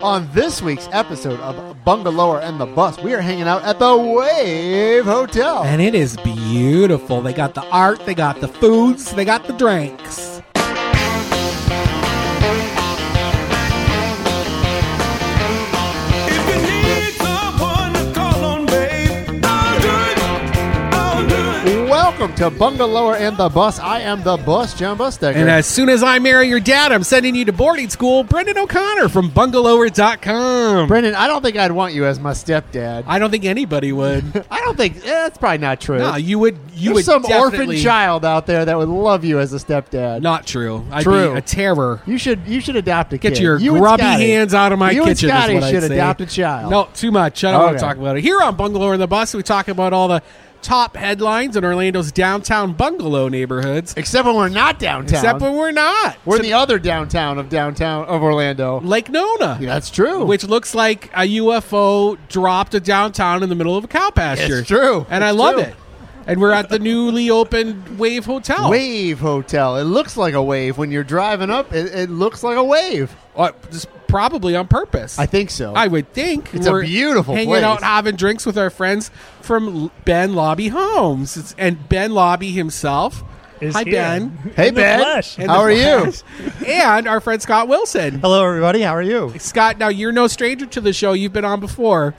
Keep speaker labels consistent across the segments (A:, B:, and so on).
A: On this week's episode of Bungalower and the Bus, we are hanging out at the Wave Hotel.
B: And it is beautiful. They got the art, they got the foods, they got the drinks.
C: If you need someone to call on, babe, I'll do it. I'll do it.
A: Welcome to Bungalower and the Bus. I am the bus, John Bustecker.
B: And as soon as I marry your dad, I'm sending you to boarding school. Brendan O'Connor from bungalower.com.
A: Brendan, I don't think I'd want you as my stepdad.
B: I don't think anybody would.
A: I don't think eh, that's probably not true.
B: no, you would.
A: There's
B: You would
A: some orphan
B: definitely-
A: child out there that would love you as a stepdad.
B: Not true. I'd
A: True.
B: be a terror.
A: You should you should adopt a
B: Get
A: kid.
B: your
A: you and
B: grubby
A: Scotty-
B: hands out of my
A: you
B: kitchen. is
A: And Scotty
B: what I'd
A: should
B: say.
A: adopt a child.
B: No, too much. I don't want
A: Okay.
B: to talk about it. Here on Bungalow in the Bus, we talk about all the top headlines in Orlando's downtown bungalow neighborhoods.
A: except when we're not downtown.
B: Except when we're not.
A: we're in
B: To
A: the other downtown of downtown of Orlando.
B: Lake Nona.
A: Yeah, that's true.
B: which looks like a UFO dropped a downtown in the middle of a cow pasture.
A: It's true.
B: and I
A: It's
B: love
A: true.
B: it. And we're at the newly opened Wave
A: Oh.
B: Hotel.
A: Wave Hotel. It looks like a wave when you're driving up. It, it looks like a wave.
B: Uh, just probably on purpose.
A: I think so.
B: I would think
A: It's a
B: We're
A: beautiful
B: hanging
A: place.
B: out having drinks with our friends from L- Ben Lobby Homes It's- and Ben Lobby himself.
D: is
B: Hi
D: here.
B: Ben.
A: hey
D: In the
A: Ben,
D: flesh.
B: In
A: how
B: the
A: are you?
B: flesh. and our friend Scott Wilson.
D: Hello, everybody. How are you?
B: Scott, now you're no stranger to the show. You've been on before.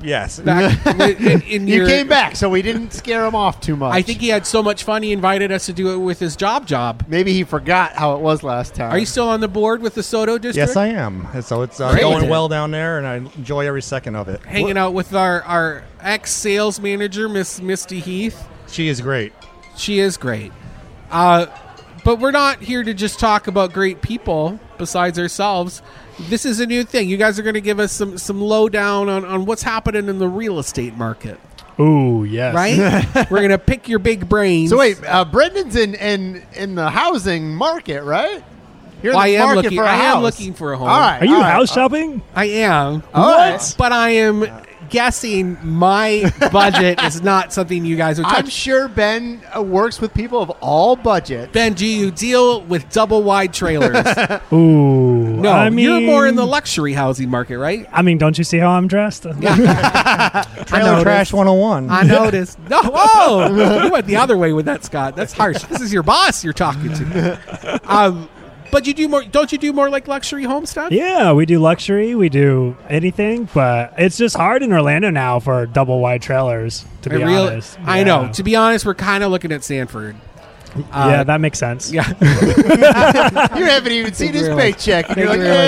D: Yes.
B: Back in, in
A: You
B: your,
A: came back, so we didn't scare him off too much.
B: I think he had so much fun he invited us to do it with his job job.
A: maybe he forgot how it was last time.
B: Are you still on the board with the Soto district?
E: Yes, I am. And So it's uh,
B: Great.
E: going well down there, and I enjoy every second of it.
B: Hanging out with our, our ex sales manager, Miss Misty Heath.
E: She is great.
B: She is great. Uh, but we're not here to just talk about great people besides ourselves. This is a new thing. You guys are going to give us some, some lowdown on, on what's happening in the real estate market,
D: Ooh, yes.
B: right? we're going to pick your big brains.
A: So wait, uh, Brendan's in, in in the housing market, right? You're in
B: Well, I
A: the
B: am
A: market
B: looking-
A: for a
B: I am
A: house.
B: looking for a home.
A: All right,
D: Are you
E: Uh,
A: all right.
D: house shopping?
B: I am.
A: All right.
B: But I am guessing my budget is not something you guys would touch.
A: I'm sure Ben uh, works with people of all budget.
B: Ben, do you deal with double wide trailers?
D: Ooh.
B: No,
D: I mean,
B: you're more in the luxury housing market, right?
D: I mean, don't you see how I'm dressed?
E: Trailer
B: noticed.
E: Trash 101.
B: I noticed. No, whoa, you went the other way with that, Scott. That's harsh. This is your boss you're talking to. Um, but you do more. Don't you do more like luxury home stuff?
D: yeah, we do luxury, we do anything, but it's just hard in Orlando now for double wide trailers. To
B: I,
D: be
B: real-
D: honest,
B: I
D: Yeah.
B: know. To be honest, we're kind of looking at Sanford.
D: yeah, that makes sense.
B: Yeah.
A: You haven't even seen his
B: realize.
A: paycheck. And
B: Thank
A: you're like,
B: you
A: yeah,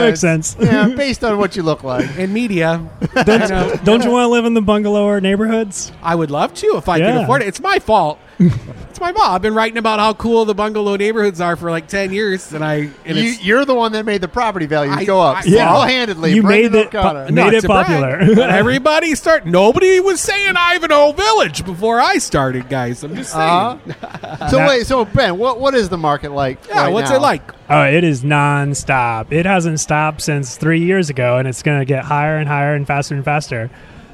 B: very
A: that makes
B: much.
D: Yeah, that makes
A: sense.
D: sense.
A: yeah, based on what you look like.
B: in media. I, know.
D: Don't you want to live in the bungalow or neighborhoods?
B: I would love to if I could
D: Yeah.
B: afford it. It's my fault. it's my fault. I've been writing about how cool the bungalow neighborhoods are for like ten years, and I and
A: You,
B: it's,
A: you're the one that made the property values
B: I-
A: go
B: I-
A: up
B: Yeah.
A: single-handedly.
D: You
A: Brendan
D: made it
A: O'Connor.
D: pu- Made
B: Not
D: it
B: to brag,
D: popular.
B: but everybody start. Nobody was saying Ivanhoe Village before I started, guys. I'm just saying.
A: Uh-huh. so
D: Now-
A: wait, so Ben, what what is the market like?
B: Yeah,
A: right
B: what's
A: now?
B: it like?
D: Oh, it is nonstop. It hasn't stopped since three years ago, and it's going to get higher and higher and faster and faster.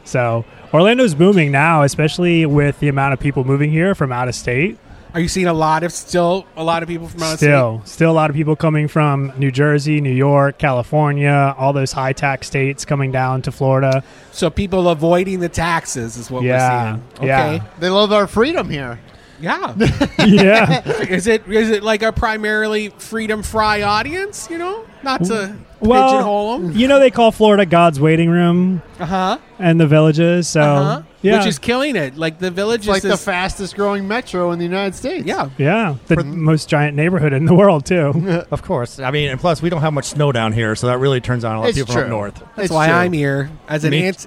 D: So Orlando's booming now, especially with the amount of people moving here from out of state.
B: Are you seeing a lot of still a lot of people from out of
D: Still, still a lot of people coming from New Jersey, New York, California, all those high tax states coming down to Florida.
B: state? So people avoiding the taxes is what
D: Yeah,
B: we're seeing. Okay.
A: They love our freedom here.
B: Yeah.
D: yeah.
B: is it is it like a primarily freedom fry audience? You know, not to
D: Well,
B: pigeonhole them.
D: You know they call Florida God's waiting room
B: Uh huh.
D: and the villages. So
B: Uh-huh.
D: Um, yeah,
B: Which is killing it. Like the village
A: It's
B: is
A: like the
B: this-
A: fastest growing metro in the United States.
B: yeah.
D: yeah, the most giant neighborhood in the world too.
E: Of course. I mean, and plus, we don't have much snow down here, so that really turns on a lot
A: it's
E: of people
A: true.
E: from up north.
B: That's
A: It's
B: why
A: true.
B: I'm e- here as an
E: Me-
B: ant-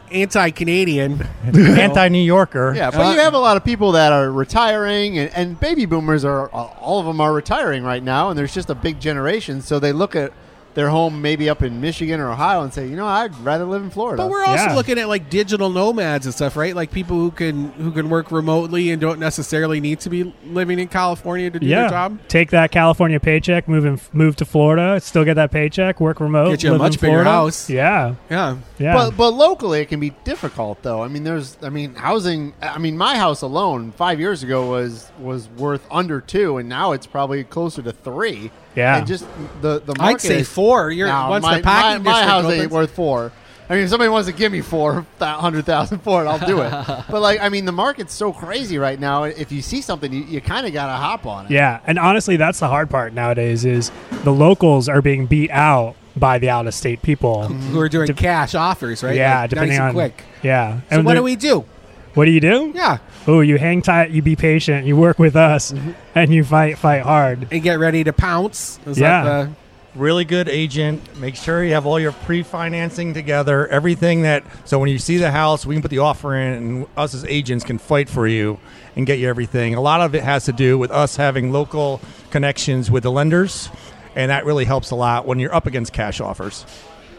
B: anti-Canadian.
E: Anti New Yorker.
A: Yeah, but
B: Uh,
A: you have a lot of people that are retiring, and, and baby boomers are all of them are retiring right now, and there's just a big generation. So they look at their home maybe up in Michigan or Ohio and say, you know, I'd rather live in Florida.
B: But we're also
D: Yeah.
B: looking at like digital nomads and stuff, right? Like people who can who can work remotely and don't necessarily need to be living in California to do
D: yeah,
B: their job.
D: take that California paycheck, move in, move to Florida, still get that paycheck, work remote,
B: Get you a
D: live in
B: much bigger
D: Florida.
B: house.
D: Yeah,
B: Yeah.
D: yeah.
A: But but locally, it can be difficult though. I mean, there's I mean housing. I mean, my house alone five years ago was was worth under two, and now it's probably closer to three.
D: Yeah.
A: And just the the market
B: I'd say
A: is-
B: four. You're
A: Now,
B: once
A: my,
B: the packing
A: my, my
B: district
A: house ain't
B: opens-
A: worth four. I mean, if somebody wants to give me four hundred thousand for it, I'll do it. but like, I mean, the market's so crazy right now. If you see something, you, you kind of got to hop on it.
D: Yeah, and honestly, that's the hard part nowadays is the locals are being beat out by the out-of-state people.
B: who are doing cash offers, right?
D: Yeah,
B: Like,
D: depending
B: nice
D: on
B: and quick.
D: Yeah.
B: So
D: and
B: what
D: they're-
B: do we do?
D: What do you do?
B: Yeah,
D: Oh, you hang tight. You be patient. You work with us,
B: Mm-hmm.
D: and you fight, fight hard.
B: and get ready to pounce. Is that
D: Yeah.
B: the-
E: really good agent. Make sure you have all your pre-financing together, everything that. So when you see the house, we can put the offer in, and us as agents can fight for you and get you everything. A lot of it has to do with us having local connections with the lenders, and that really helps a lot when you're up against cash offers.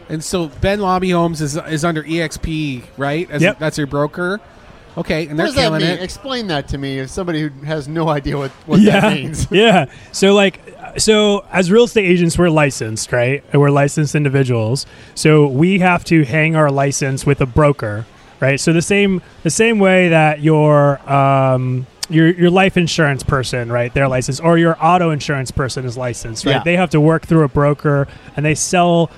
B: and so Ben Lobby Homes is is under EXP, right? As,
D: Yep.
B: That's your broker. Okay, and
A: What
B: they're
A: does that
B: killing
A: mean?
B: it.
A: Explain that to me. If somebody who has no idea what, what that means.
D: yeah. So like, so as real estate agents, we're licensed, right? And we're licensed individuals. So we have to hang our license with a broker, right? So the same the same way that your um, your your life insurance person, right? They're licensed, or your auto insurance person is licensed, right?
A: Yeah.
D: They have to work through a broker, and they sell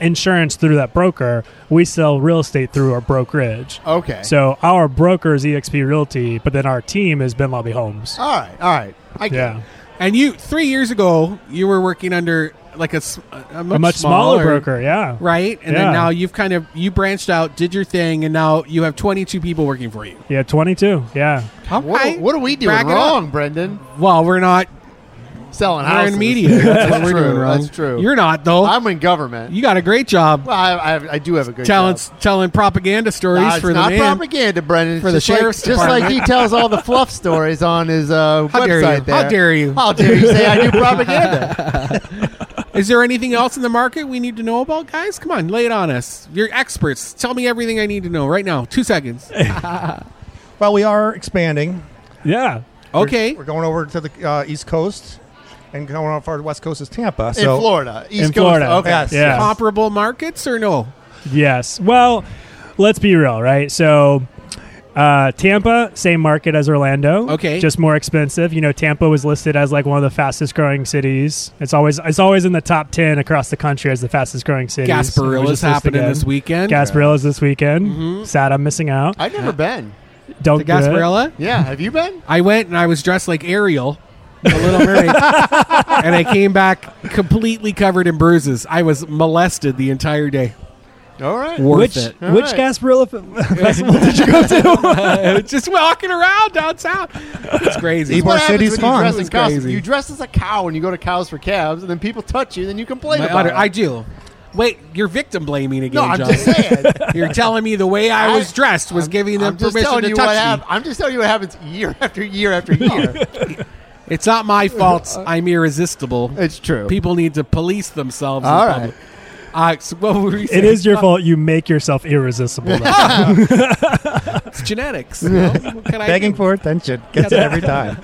D: insurance through that broker. We sell real estate through our brokerage.
A: Okay.
D: So our broker is EXP Realty, but then our team is Ben Lobby Homes.
A: all right, all right. I get
D: Yeah.
A: it.
B: And you three years ago, you were working under like a, s- a much,
D: a much smaller, broker. Yeah,
B: right? And
D: Yeah.
B: then now you've kind of you branched out, did your thing, and now you have 22 people working for you.
D: yeah, twenty-two. Yeah,
A: What, what are we doing
B: Rack it up.
A: wrong, Brendan?
B: Well, we're not.
A: Selling
B: We're
A: houses.
B: in media. That's what we're
A: true.
B: doing wrong.
A: That's true.
B: You're not though.
A: I'm in government.
B: you got a great job
A: well, I, I, I do have a good
B: telling
A: job.
B: telling propaganda stories
A: Nah, it's
B: for the
A: not
B: man.
A: propaganda, Brendan. It's
B: For the
A: just like-
B: sheriff's
A: Just like
B: department.
A: he tells all the fluff stories on his uh,
B: How
A: website.
B: dare you?
A: There.
B: How dare you?
A: How dare you say I do propaganda?
B: Is there anything else in the market we need to know about, guys? Come on, lay it on us. You're experts. Tell me everything I need to know right now. Two seconds.
E: Well, we are expanding.
D: yeah.
B: Okay.
E: We're going over to the uh, East Coast, and going off our West Coast is Tampa.
A: In
E: So
A: Florida, East
D: In
A: Coast.
D: Florida.
A: Okay.
E: Yes.
D: Yeah.
B: Comparable markets or no?
D: Yes. Well, let's be real, right? So, uh, Tampa, same market as Orlando.
B: Okay.
D: Just more expensive. You know, Tampa was listed as like one of the fastest growing cities. It's always it's always in the top ten across the country as the fastest growing city.
B: Gasparilla's happening this weekend. Mm-hmm.
D: Gasparilla's this weekend. Sad I'm missing out.
A: I've never been.
D: Don't
B: the
D: do it.
B: Gasparilla.
A: Yeah, have you been?
B: I went and I was dressed like Ariel, the Little Mermaid, and I came back completely covered in bruises. I was molested the entire day.
A: All right.
B: Worth
D: Which
B: it.
A: All
D: which
A: right.
D: Gasparilla f- festival did you go to?
B: Just walking around downtown. It's crazy.
E: Ybor
A: What happens
E: City's
A: when You
E: fun.
A: dress,
E: This
A: as
B: is
A: cows-
B: crazy.
A: you dress as a cow and you go to cows for calves, and then people touch you, then you complain
B: My
A: about
B: utter-
A: it.
B: I do. Wait, you're victim blaming again,
A: no, I'm
B: John.
A: just saying.
B: You're telling me the way I,
A: I-
B: was dressed was giving them
A: I'm just
B: permission
A: telling
B: to
A: you
B: touch
A: what
B: me.
A: hap- I'm just telling you what happens year after year after year.
B: It's not my fault. I'm irresistible.
A: it's true.
B: People need to police themselves.
A: All
B: in
A: right.
B: public. Uh, so what were we
D: it
B: saying? Uh,
D: is your fault. You make yourself irresistible. though.
B: It's genetics. you know? What can I
E: begging
B: do?
E: for attention gets it every time.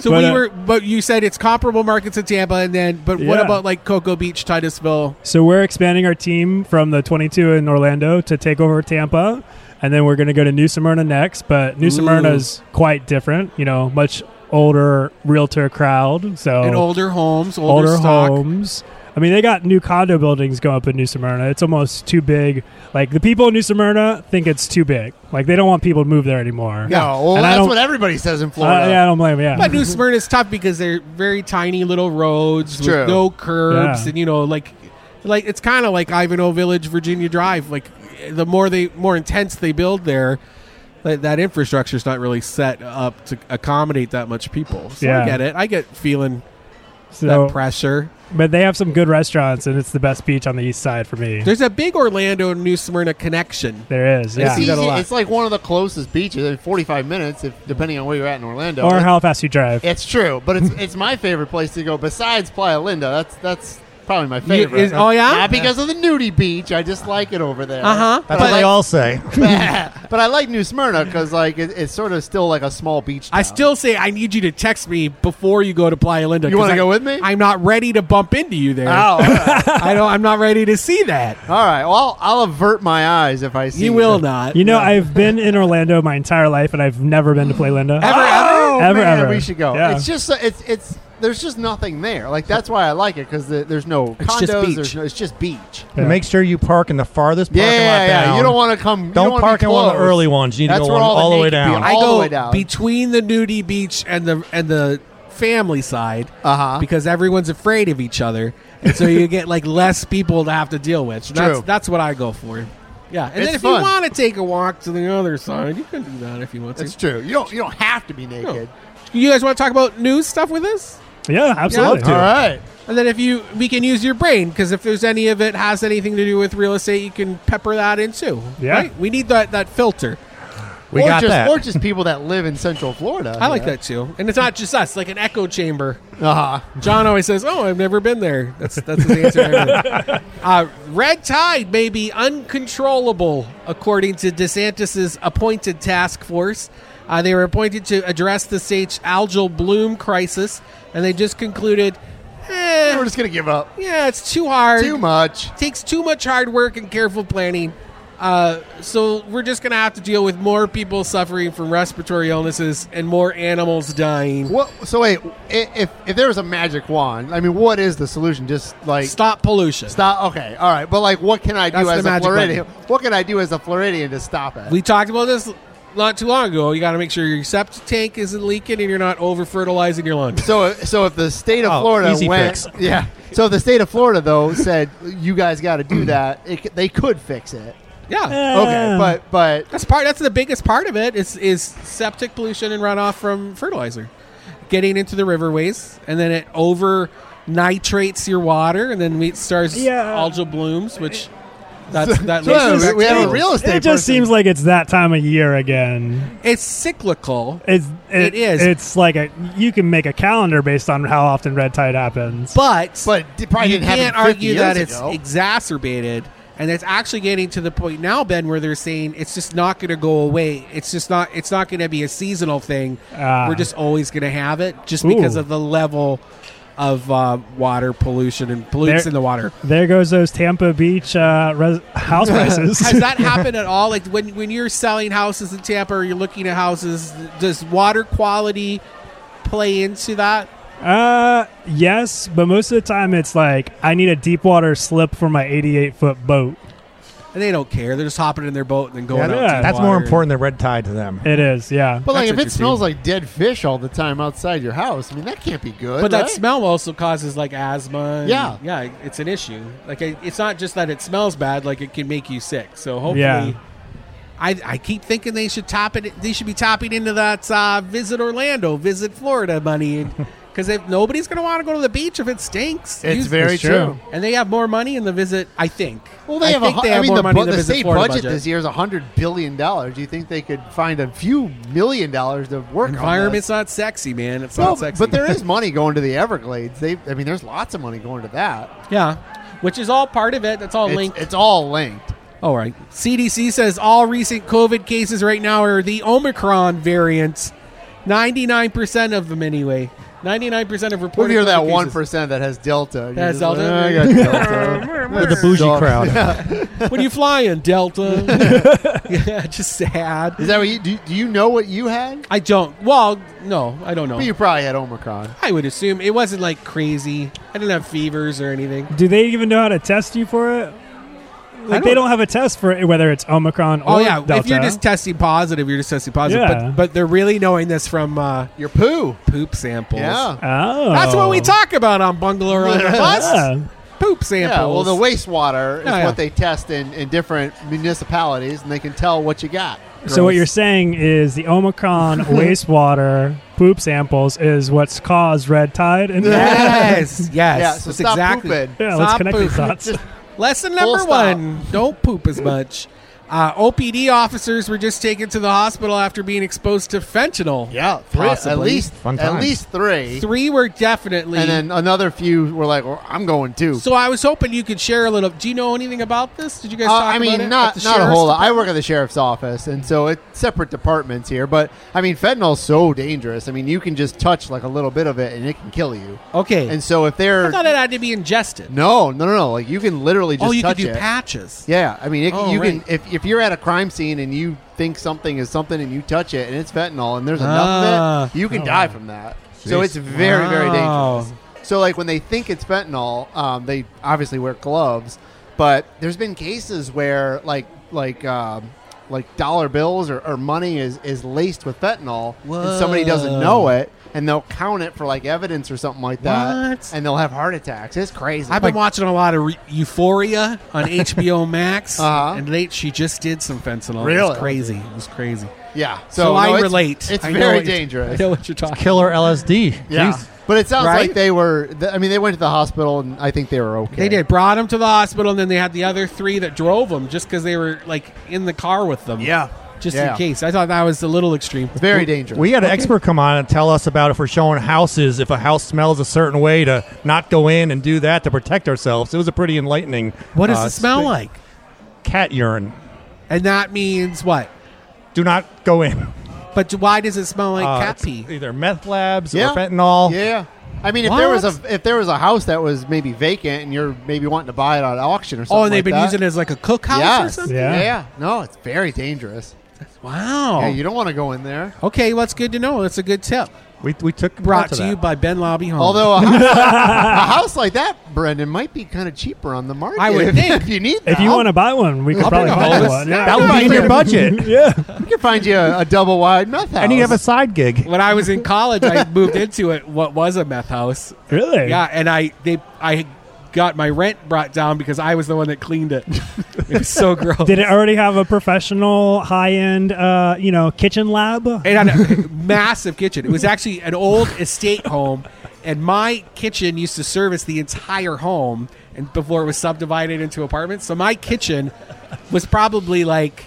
B: So we
D: But, uh,
B: were, but you said it's comparable markets to Tampa, and then, but what
D: Yeah.
B: about like Cocoa Beach, Titusville?
D: So we're expanding our team from the 22 in Orlando to take over Tampa, and then we're going to go to New Smyrna next. But New
B: Ooh.
D: Smyrna's quite different, you know, much older realtor crowd. So
B: And older homes, older,
D: Oh. older
B: stock.
D: homes. I mean, they got new condo buildings going up in New Smyrna. It's almost too big. Like the people in New Smyrna think it's too big. Like they don't want people to move there anymore.
A: no, well,
D: And I
A: that's
D: don't-
A: what everybody says in Florida.
D: I, yeah, I don't blame. Yeah,
B: But New Smyrna is tough because they're very tiny little roads
A: It's
B: with
A: true.
B: no curbs,
D: Yeah.
B: and you know, like, like it's kind of like Ivanhoe Village, Virginia Drive. Like, the more they, more intense they build there, that, that infrastructure is not really set up to accommodate that much people. So I
D: Yeah.
B: get it. I get feeling
D: so,
B: that pressure.
D: but they have some good restaurants, and it's the best beach on the east side for me.
B: There's a big Orlando New Smyrna connection.
D: There is.
B: I
D: Yeah.
A: It's,
B: see that a
A: easy-
B: lot.
A: it's like one of the closest beaches. in 45 minutes, if depending on where you're at in Orlando.
D: Or
A: It-
D: how fast you drive.
A: It's true, but it's it's my favorite place to go besides Playa Linda. That's that's probably my
B: You-
A: favorite.
B: is- oh, yeah?
A: not because of the nudie beach. I just like it over there.
B: Uh-huh.
A: But,
E: That's what
A: I
E: they
A: like,
E: all say.
A: but I like New Smyrna because like it, it's sort of still like a small beach.
B: I
A: town.
B: still say I need you to text me before you go to Playa Linda.
A: You
B: 'cause
A: wanna
B: I-
A: go with me?
B: I'm not ready to bump into you there.
A: Oh, all right.
B: I don't. I'm not ready to see that.
A: all right. Well, I'll, I'll avert my eyes if I see
B: You will
A: the-
B: not.
D: You know, I've been in Orlando my entire life, and I've never been to Play Linda.
B: ever, ever.
A: oh
D: ever,
A: man,
D: ever.
A: we should go.
D: Yeah.
A: It's just uh, it's it's there's just nothing there. Like that's why I like it because the, there's no
B: It's
A: condos.
B: just beach.
A: There's no, it's just beach.
D: Yeah.
E: And make sure you park in the farthest parking
A: Yeah, yeah,
E: lot
A: yeah.
E: down.
A: You don't want to come. you
E: Don't
A: wanna be
E: park in one of the
A: close.
E: early ones. You need
A: That's
E: to go
A: where
E: one
A: all
E: all,
A: the
E: the way
A: naked people
E: down.
A: are.
B: I
A: all the
B: go
A: way down.
B: between the nudie beach and the and the family side
A: Uh-huh.
B: because everyone's afraid of each other, and so you get like less people to have to deal with. So that's
A: True.
B: that's what I go for. Yeah, and
A: It's
B: then if
A: fun.
B: you want to take a walk to the other side, you can do that if you want to.
A: That's true. You don't you don't have to be naked.
B: you guys want to talk about news stuff with us?
D: Yeah, absolutely.
E: to.
A: All right.
B: And then if you we can use your brain because if there's any of it has anything to do with real estate, you can pepper that in too.
D: Yeah.
B: we need that that filter.
E: we
A: or
E: got
A: just
E: that.
A: or just people that live in Central Florida.
B: I like that too, and it's not just us. Like an echo chamber.
A: Uh-huh.
B: John always says, "Oh, I've never been there." That's that's his answer. to everything. uh, red tide may be uncontrollable, according to DeSantis's appointed task force. Uh, they were appointed to address the state's algal bloom crisis, and they just concluded, eh,
A: We're just gonna give up.
B: "Yeah, it's too hard.
A: Too much.
B: takes too much hard work and careful planning." Uh, so we're just going to have to deal with more people suffering from respiratory illnesses and more animals dying.
A: What? So wait, i- if if there was a magic wand, I mean, what is the solution? Just like
B: Stop pollution.
A: Stop. Okay. All right. But like, what can I do
B: That's
A: as
B: the
A: a
B: magic button.
A: Floridian? What can I do as a Floridian to stop it?
B: We talked about this not too long ago. You got to make sure your septic tank isn't leaking and you're not over fertilizing your lawn.
A: so, so if the state of
E: Oh,
A: Florida
E: easy
A: went,
E: fix.
A: yeah. So if the state of Florida though said, "You guys got to do
E: Mm.
A: that," it, c- they could fix it.
B: Yeah,
A: Okay.
D: Yeah.
A: But but
B: that's part. That's the biggest part of it. Is is septic pollution and runoff from fertilizer getting into the riverways, and then it over nitrates your water, and then we- it starts
D: Yeah.
B: algal blooms, which that's that
A: so
B: leads
A: we-
B: to
A: we have a
B: bacteria.
A: real estate.
D: It just
A: person.
D: seems like it's that time of year again.
B: It's cyclical,
D: It's,
B: It
D: it,
B: is.
D: It's like a you can make a calendar based on how often red tide happens.
B: but
A: but it probably
B: you
A: didn't happen
B: can't
A: 50
B: argue
A: years
B: that it's
A: ago.
B: exacerbated and it's actually getting to the point now ben where they're saying it's just not going to go away it's just not it's not going to be a seasonal thing
D: Ah.
B: we're just always going to have it just because
D: Ooh.
B: of the level of uh, water pollution and pollutants
D: There-
B: in the water
D: there goes those Tampa Beach uh, res- house prices.
B: has that happened at all like when, when you're selling houses in tampa or you're looking at houses does water quality play into that
D: Uh, yes, but most of the time it's like I need a deep water slip for my 88 foot boat.
B: and they don't care they're just hopping in their boat and then going
D: Yeah,
B: out to the
E: That's more
B: water.
E: important than red tide to them.
D: It is, yeah.
A: But like,
B: That's
A: if
B: what
A: it
B: you
A: smells
B: do.
A: like dead fish all the time outside your house, I mean, that can't be good.
B: But
A: right?
B: that smell also causes like asthma. and-
A: Yeah.
B: yeah, it's an issue. Like it- it's not just that it smells bad; like it can make you sick. So hopefully,
D: Yeah.
B: I I keep thinking they should top it. They should be topping into that uh, visit Orlando, visit Florida money, because if nobody's going to want to go to the beach if it stinks,
A: It's
B: use-
A: very
D: it's true.
A: true.
B: and they have more money in the visit. I think.
A: Well, they
B: I
A: have
B: think
A: a. hu-
B: they
A: I
B: have
A: mean,
B: more
A: the,
B: money
A: bu-
B: in the,
A: the
B: visit
A: state
B: Florida
A: budget, this year is hundred billion dollars. Do you think they could find a few million dollars to work?
B: Environment's not sexy, man. It's
A: on
B: not
A: this?
B: sexy.
A: but there is money going to the Everglades. They, I mean, there's lots of money going to that.
B: yeah, which is all part of it. That's all
A: It's,
B: linked.
A: it's all linked.
B: All right. CDC says all recent COVID cases right now are the Omicron variant. 99% of them, anyway. 99% of
A: We'll
B: reported.
A: hear that
B: COVID
A: one
B: cases.
A: percent that has Delta. You're
B: That's
A: just like,
B: Delta.
A: "Oh, I got Delta.
E: With the bougie
A: Dog.
E: crowd.
B: When you fly in Delta. yeah, just
A: Is
B: sad.
A: that what you do? Do you know what you had?
B: I don't. Well, no, I don't
A: But
B: know.
A: you probably had Omicron.
B: I would assume it wasn't like crazy. I didn't have fevers or anything.
D: Do they even know how to test you for it? Like
B: don't-
D: they don't have a test for it, whether it's Omicron or
B: Oh, yeah.
D: Delta.
B: If you're just testing positive, you're just testing positive.
D: Yeah.
B: But, but they're really knowing this from uh,
A: Your poo.
B: poop samples.
A: Yeah.
D: oh,
B: That's what we talk about on Bungalow on the Bus.
D: Yeah.
B: Poop samples.
A: Yeah, well, the wastewater is
B: Yeah, yeah.
A: what they test in, in different municipalities, and they can tell what you got.
D: So what you're saying is the Omicron wastewater poop samples is what's caused red tide. In
B: Yes, yes.
A: Yeah, so
B: that's
A: stop
B: exactly.
A: pooping.
D: yeah, let's
B: Stop
D: connect
B: pooping.
D: these dots.
B: Lesson
A: Full
B: number
A: stop.
B: one: Don't poop as much. Uh, OPD officers were just taken to the hospital after being exposed to fentanyl.
A: Yeah, three, at
B: Possibly.
A: least
E: Fun
A: at
E: times.
A: least three,
B: Three were definitely.
A: and then another few were like, well, "I'm going too."
B: so I was hoping you could share a little. Do you know anything about this? Did you guys?
A: Uh,
B: talk
A: I mean,
B: about it at
A: not
B: the
A: not a
B: sheriff's
A: whole lot. I work at the sheriff's office, and so it's separate departments here. But I mean, fentanyl's so dangerous. I mean, you can just touch like a little bit of it, and it can kill you.
B: department? Okay.
A: And so if they're
B: I thought it had to be ingested.
A: no, no, no, no, like you can literally just
B: oh, you could
A: touch
B: do
A: it.
B: patches.
A: Yeah, I mean, it,
B: Oh,
A: you
B: right.
A: can if, if you're at a crime scene and you think something is something and you touch it and it's fentanyl and there's enough
B: Ah.
A: of it, you can
D: Oh,
A: die
D: wow.
A: from that. So it's very, very
B: Wow.
A: dangerous. So like when they think it's fentanyl, um, they obviously wear gloves. But there's been cases where like like um, like dollar bills or, or money is, is laced with fentanyl, and somebody doesn't
B: Whoa.
A: know it, and they'll count it for like evidence or something like that,
B: What?
A: and they'll have heart attacks. It's crazy.
B: I've been watching a lot of re- Euphoria on HBO Max,
A: Uh-huh.
B: and late she just did some fentanyl. It was
A: Really?
B: crazy. It was crazy.
A: yeah. So,
B: So,
A: no,
B: I
A: it's-
B: relate.
A: It's
B: I know
A: very
B: what you-
A: dangerous.
B: I know what you're talking.
E: Killer LSD.
A: Yeah,
E: Jeez.
A: but it sounds
B: Right?
A: like they were. th- I mean, they went to the hospital, and I think they were okay.
B: They did brought him to the hospital, and then they had the other three that drove him just because they were like in the car with them.
A: Yeah.
B: just
A: Yeah.
B: in case. I thought that was a little extreme.
A: Very dangerous.
E: We had an expert come on and tell us about if we're showing houses, if a house smells a certain way, to not go in and do that to protect ourselves. It was a pretty enlightening.
B: What does
E: uh,
B: it smell
E: spe-
B: like?
E: Cat urine.
B: And that means what?
E: Do not go in.
B: But why does it smell like
E: Uh,
B: cat
E: it's
B: pee? Oh,
E: Either meth labs
A: Yeah.
E: or fentanyl.
A: yeah. I mean, if there was
B: What?
A: a if there was a house that was maybe vacant, and you're maybe wanting to buy it on auction or something.
B: Oh, and they've
A: like
B: been
A: that.
B: using it as like a cookhouse or
A: Yes.
B: something.
A: Yeah.
D: Yeah.
A: yeah. No, it's very dangerous.
B: Wow.
A: Yeah, you don't want to go in there.
B: okay, well, that's good to know. That's a good tip.
E: We, we took
B: Brought
E: note of
B: to you
E: that.
B: by Ben Lobby Home.
A: Although a house, a house like that, Brendan, might be kind of cheaper on the market.
B: I would
A: if,
B: think.
A: if you need that.
D: If you want to buy one, we could
B: I'll
D: probably
B: bring a
D: find
B: homeless-
D: one.
B: Yeah,
E: that
A: No,
E: would
A: I
E: be in your
A: did.
E: budget,
D: yeah.
A: we could find you a, a double wide meth house.
E: and you have a side gig.
B: when I was in college, I moved into it. What was a meth house?
D: Really?
B: Yeah, and I they I got my rent brought down because I was the one that cleaned it. It was so gross.
D: Did it already have a professional, high-end, uh, you know, kitchen lab?
B: It had a massive kitchen. It was actually an old estate home, and my kitchen used to service the entire home. And before it was subdivided into apartments, so my kitchen was probably like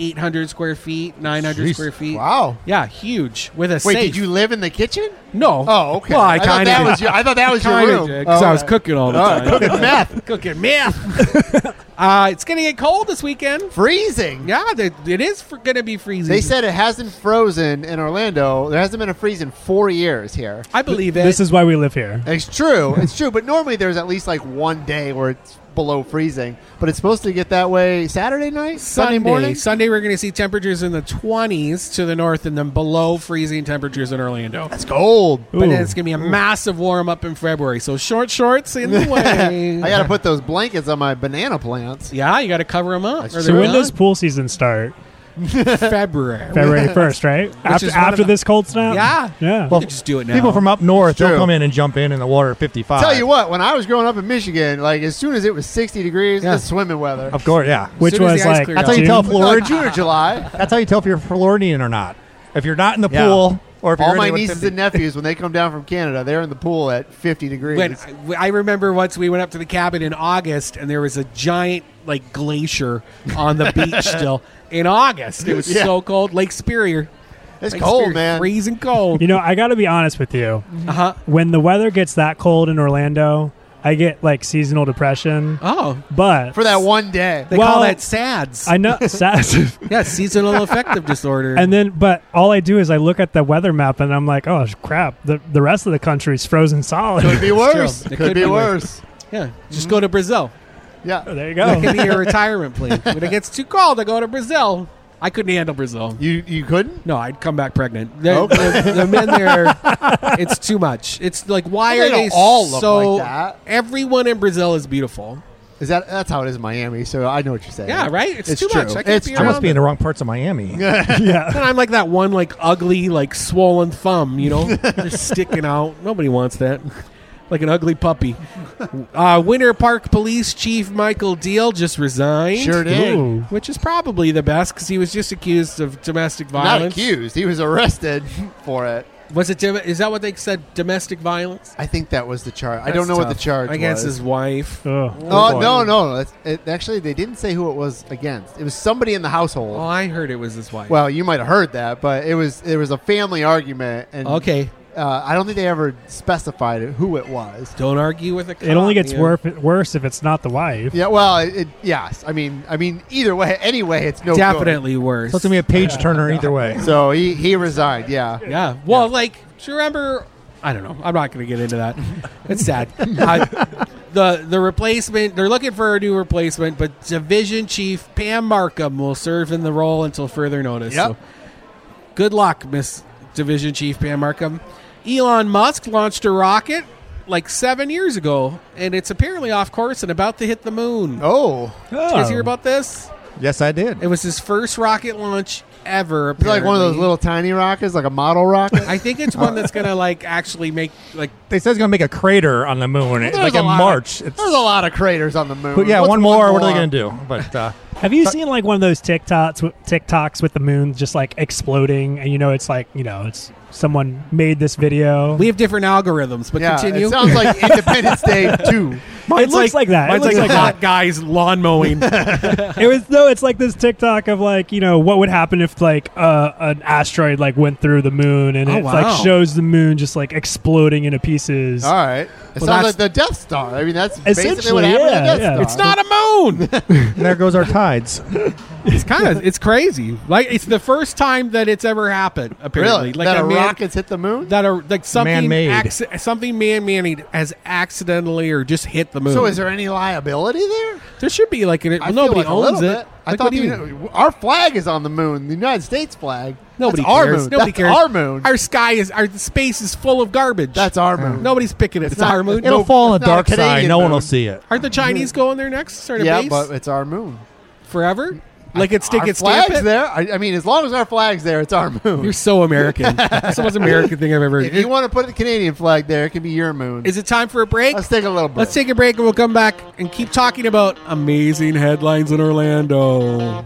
B: 800 square feet, 900
E: Jeez.
B: square feet.
A: wow.
B: Yeah, huge with a
A: Wait,
B: safe.
A: did you live in the kitchen?
B: No.
A: Oh, okay.
B: Well, I,
A: I thought
B: kind
A: that
B: of
A: was your, I thought that was your room
B: because I was cooking all the
A: Oh,
B: time.
A: cooking meth,
B: cooking meth. uh, it's gonna get cold this weekend.
A: freezing.
B: Yeah, they, it is fr- gonna be freezing.
A: They said it hasn't frozen in Orlando. There hasn't been a freeze in four years here.
B: I believe it.
D: This is why we live here.
A: It's true. It's true. But normally there's at least like one day where it's below freezing. But it's supposed to get that way Saturday night, Sunday,
B: Sunday
A: morning.
B: Sunday, we're going to see temperatures in the 20s to the north, and then below freezing temperatures in Orlando.
A: That's cold.
B: But then
D: Ooh.
B: it's going to be a massive warm up in February. So short shorts in the way.
A: I got to put those blankets on my banana plants.
B: yeah, you got to cover them up. or
D: So
B: they're
D: when does
B: gone.
D: pool season start?
B: February?
D: February first, right? after
B: is one of
D: after
B: the-
D: this cold snap.
B: Yeah.
D: Yeah.
B: You could just do it now.
E: People from up north,
A: True.
E: they'll come in and jump in in the water at 55.
A: Tell you what, when I was growing up in Michigan, like as soon as it was 60 degrees,
B: Yeah.
A: it's swimming weather.
E: Of course, yeah.
D: which
B: soon as
D: was
B: the ice
D: like
B: cleared
E: That's how you
D: June?
E: tell
A: Like
E: Florida.
A: June or July.
E: That's how you tell if you're Floridian or not. If you're not in the
A: Yeah.
E: pool, or if
A: All
E: you're
A: my
E: in the
A: nieces and nephews, when they come down from Canada, they're in the pool at 50 degrees.
B: when I remember once we went up to the cabin in August, and there was a giant like glacier on the beach still in August. It was
A: Yeah.
B: so cold. Lake Superior.
A: it's
B: Lake
A: cold,
B: Superior,
A: man.
B: Freezing cold.
D: You know, I got to be honest with you.
B: Uh huh.
D: When the weather gets that cold in Orlando, I get like seasonal depression.
B: Oh,
D: But
A: For that one day.
B: they call
D: Well,
B: that SADS.
D: I know. sad-
B: Yeah, seasonal affective disorder.
D: and then, but all I do is I look at the weather map and I'm like, oh crap, the the rest of the country's frozen
A: Could
D: solid.
A: be worse.
B: true.
A: Could,
B: It could
A: be,
B: be
A: worse.
B: yeah, just go to Brazil.
A: Yeah.
D: there you
B: That could
D: go.
B: be your retirement plan. When it gets too cold, I go to Brazil. I couldn't handle Brazil.
A: You you couldn't?
B: No, I'd come back pregnant. The, the- the men there, it's too much. It's like why
A: Well, they
B: are
A: don't
B: they
A: all look
B: so?
A: like that.
B: Everyone in Brazil is beautiful.
A: Is that that's how it is in Miami? So I know what you're saying.
B: Yeah, right? It's too
A: true.
B: much. I can't
A: It's
B: be
E: I
A: true.
E: must be in the wrong parts of Miami.
D: yeah.
B: And I'm like that one, like ugly, like swollen thumb, you know, just sticking out. Nobody wants that. Like an ugly puppy. Uh, Winter Park Police Chief Michael Deal just resigned.
A: Sure did.
D: Ooh.
B: which is probably the best because he was just accused of domestic
A: Not
B: violence.
A: accused. He was arrested for it.
B: Was it? dom- Is that what they said? Domestic violence.
A: I think that was the charge. I don't know what the charge
B: I guess
A: was.
B: his wife.
D: Ugh.
A: Oh
B: boy.
A: no no! That's, it, actually, they didn't say who it was against. It was somebody in the household.
B: Oh, I heard it was his wife.
A: well, you might have heard that, but it was it was a family argument, and
B: okay.
A: uh, I don't think they ever specified who it was.
B: Don't argue with a. Cop,
D: It only gets
B: man.
D: worse worse if it's not the wife.
A: Yeah, well, it, it- yes. I mean, I mean, either way, anyway, it's no good.
B: Definitely worse.
E: It's supposed to be a page turner either way.
A: So he he resigned. Yeah,
B: Yeah. Well, like, do you remember? I don't know. I'm not going to get into that. It's sad. I, Uh, the the replacement they're looking for a new replacement, but division chief Pam Markham will serve in the role until further notice.
A: Yep.
B: So good luck, Miss Division Chief Pam Markham. Elon Musk launched a rocket like seven years ago, and it's apparently off course and about to hit the moon.
A: Oh,
B: Did you guys hear about this?
E: Yes, I did.
B: It was his first rocket launch ever.
A: it's like one of those
B: apparently.
A: little tiny rockets, like a model rocket.
B: I think it's one that's gonna like actually make like
E: They said it's going to make a crater on the moon, It's
A: There's
E: like
A: a
E: in
A: lot of-
E: March. It's,
A: There's a lot of craters on the moon.
E: But yeah,
A: What's
E: one more. What are they going to do? But uh,
D: Have you seen like one of those TikToks, with- TikToks with the moon just like exploding, and you know it's like you know it's someone made this video.
B: we have different algorithms, but
A: Yeah,
B: continue.
A: it sounds like Independence Day two.
D: Mine's looks like- like that. It mine's looks like like that.
B: hot guys lawn mowing.
D: it was no, it's like this TikTok of like you know what would happen if like uh, an asteroid like went through the moon, and
B: Oh,
D: it
B: wow.
D: like shows the moon just like exploding into pieces.
A: All right, it sounds
B: that's-
A: like the Death Star. I mean, that's basically what
D: Essentially,
A: happened to
D: yeah,
A: the Death
D: yeah.
A: Star.
D: It's
B: Not a moon.
E: there goes our tides.
B: It's kind of it's crazy. Like it's the first time that it's ever happened. Apparently,
A: really
B: like
A: that a
B: man-
A: rockets hit the moon.
B: that are like something
E: Man-made.
B: acci- something man made has accidentally or just hit the moon.
A: so, is there any liability there?
B: There should be like an.
A: I
B: Well,
A: feel
B: nobody
A: like a
B: owns
A: little
B: it.
A: bit. I
B: Like, what
A: thought
B: do you
A: you
B: mean?
A: know, our flag is on the moon, the United States flag.
B: nobody
A: That's our
B: cares.
A: moon.
B: Nobody
A: That's
B: cares.
A: our moon.
B: Our sky is our space is full of garbage.
A: That's our moon.
B: nobody's picking it. It's,
A: not-
B: our moon.
A: it'll
E: It'll
A: No,
E: fall on
A: it's
E: the
A: not a
E: dark side.
A: Canadian
E: No one
A: moon.
E: will see it.
B: Aren't the Chinese going there next? Start a
A: yeah,
B: base
A: but it's our moon.
B: forever. Like it's stick
A: our
B: it stamp
A: flag's
B: it.
A: there. I, I mean, as long as our flag's there, it's our moon.
B: You're so American. That's the most American thing I've ever.
A: if you want to put the Canadian flag there, it can be your moon.
B: Is it time for a break?
A: Let's take a little break.
B: Let's take a break and we'll come back and keep talking about amazing headlines in Orlando.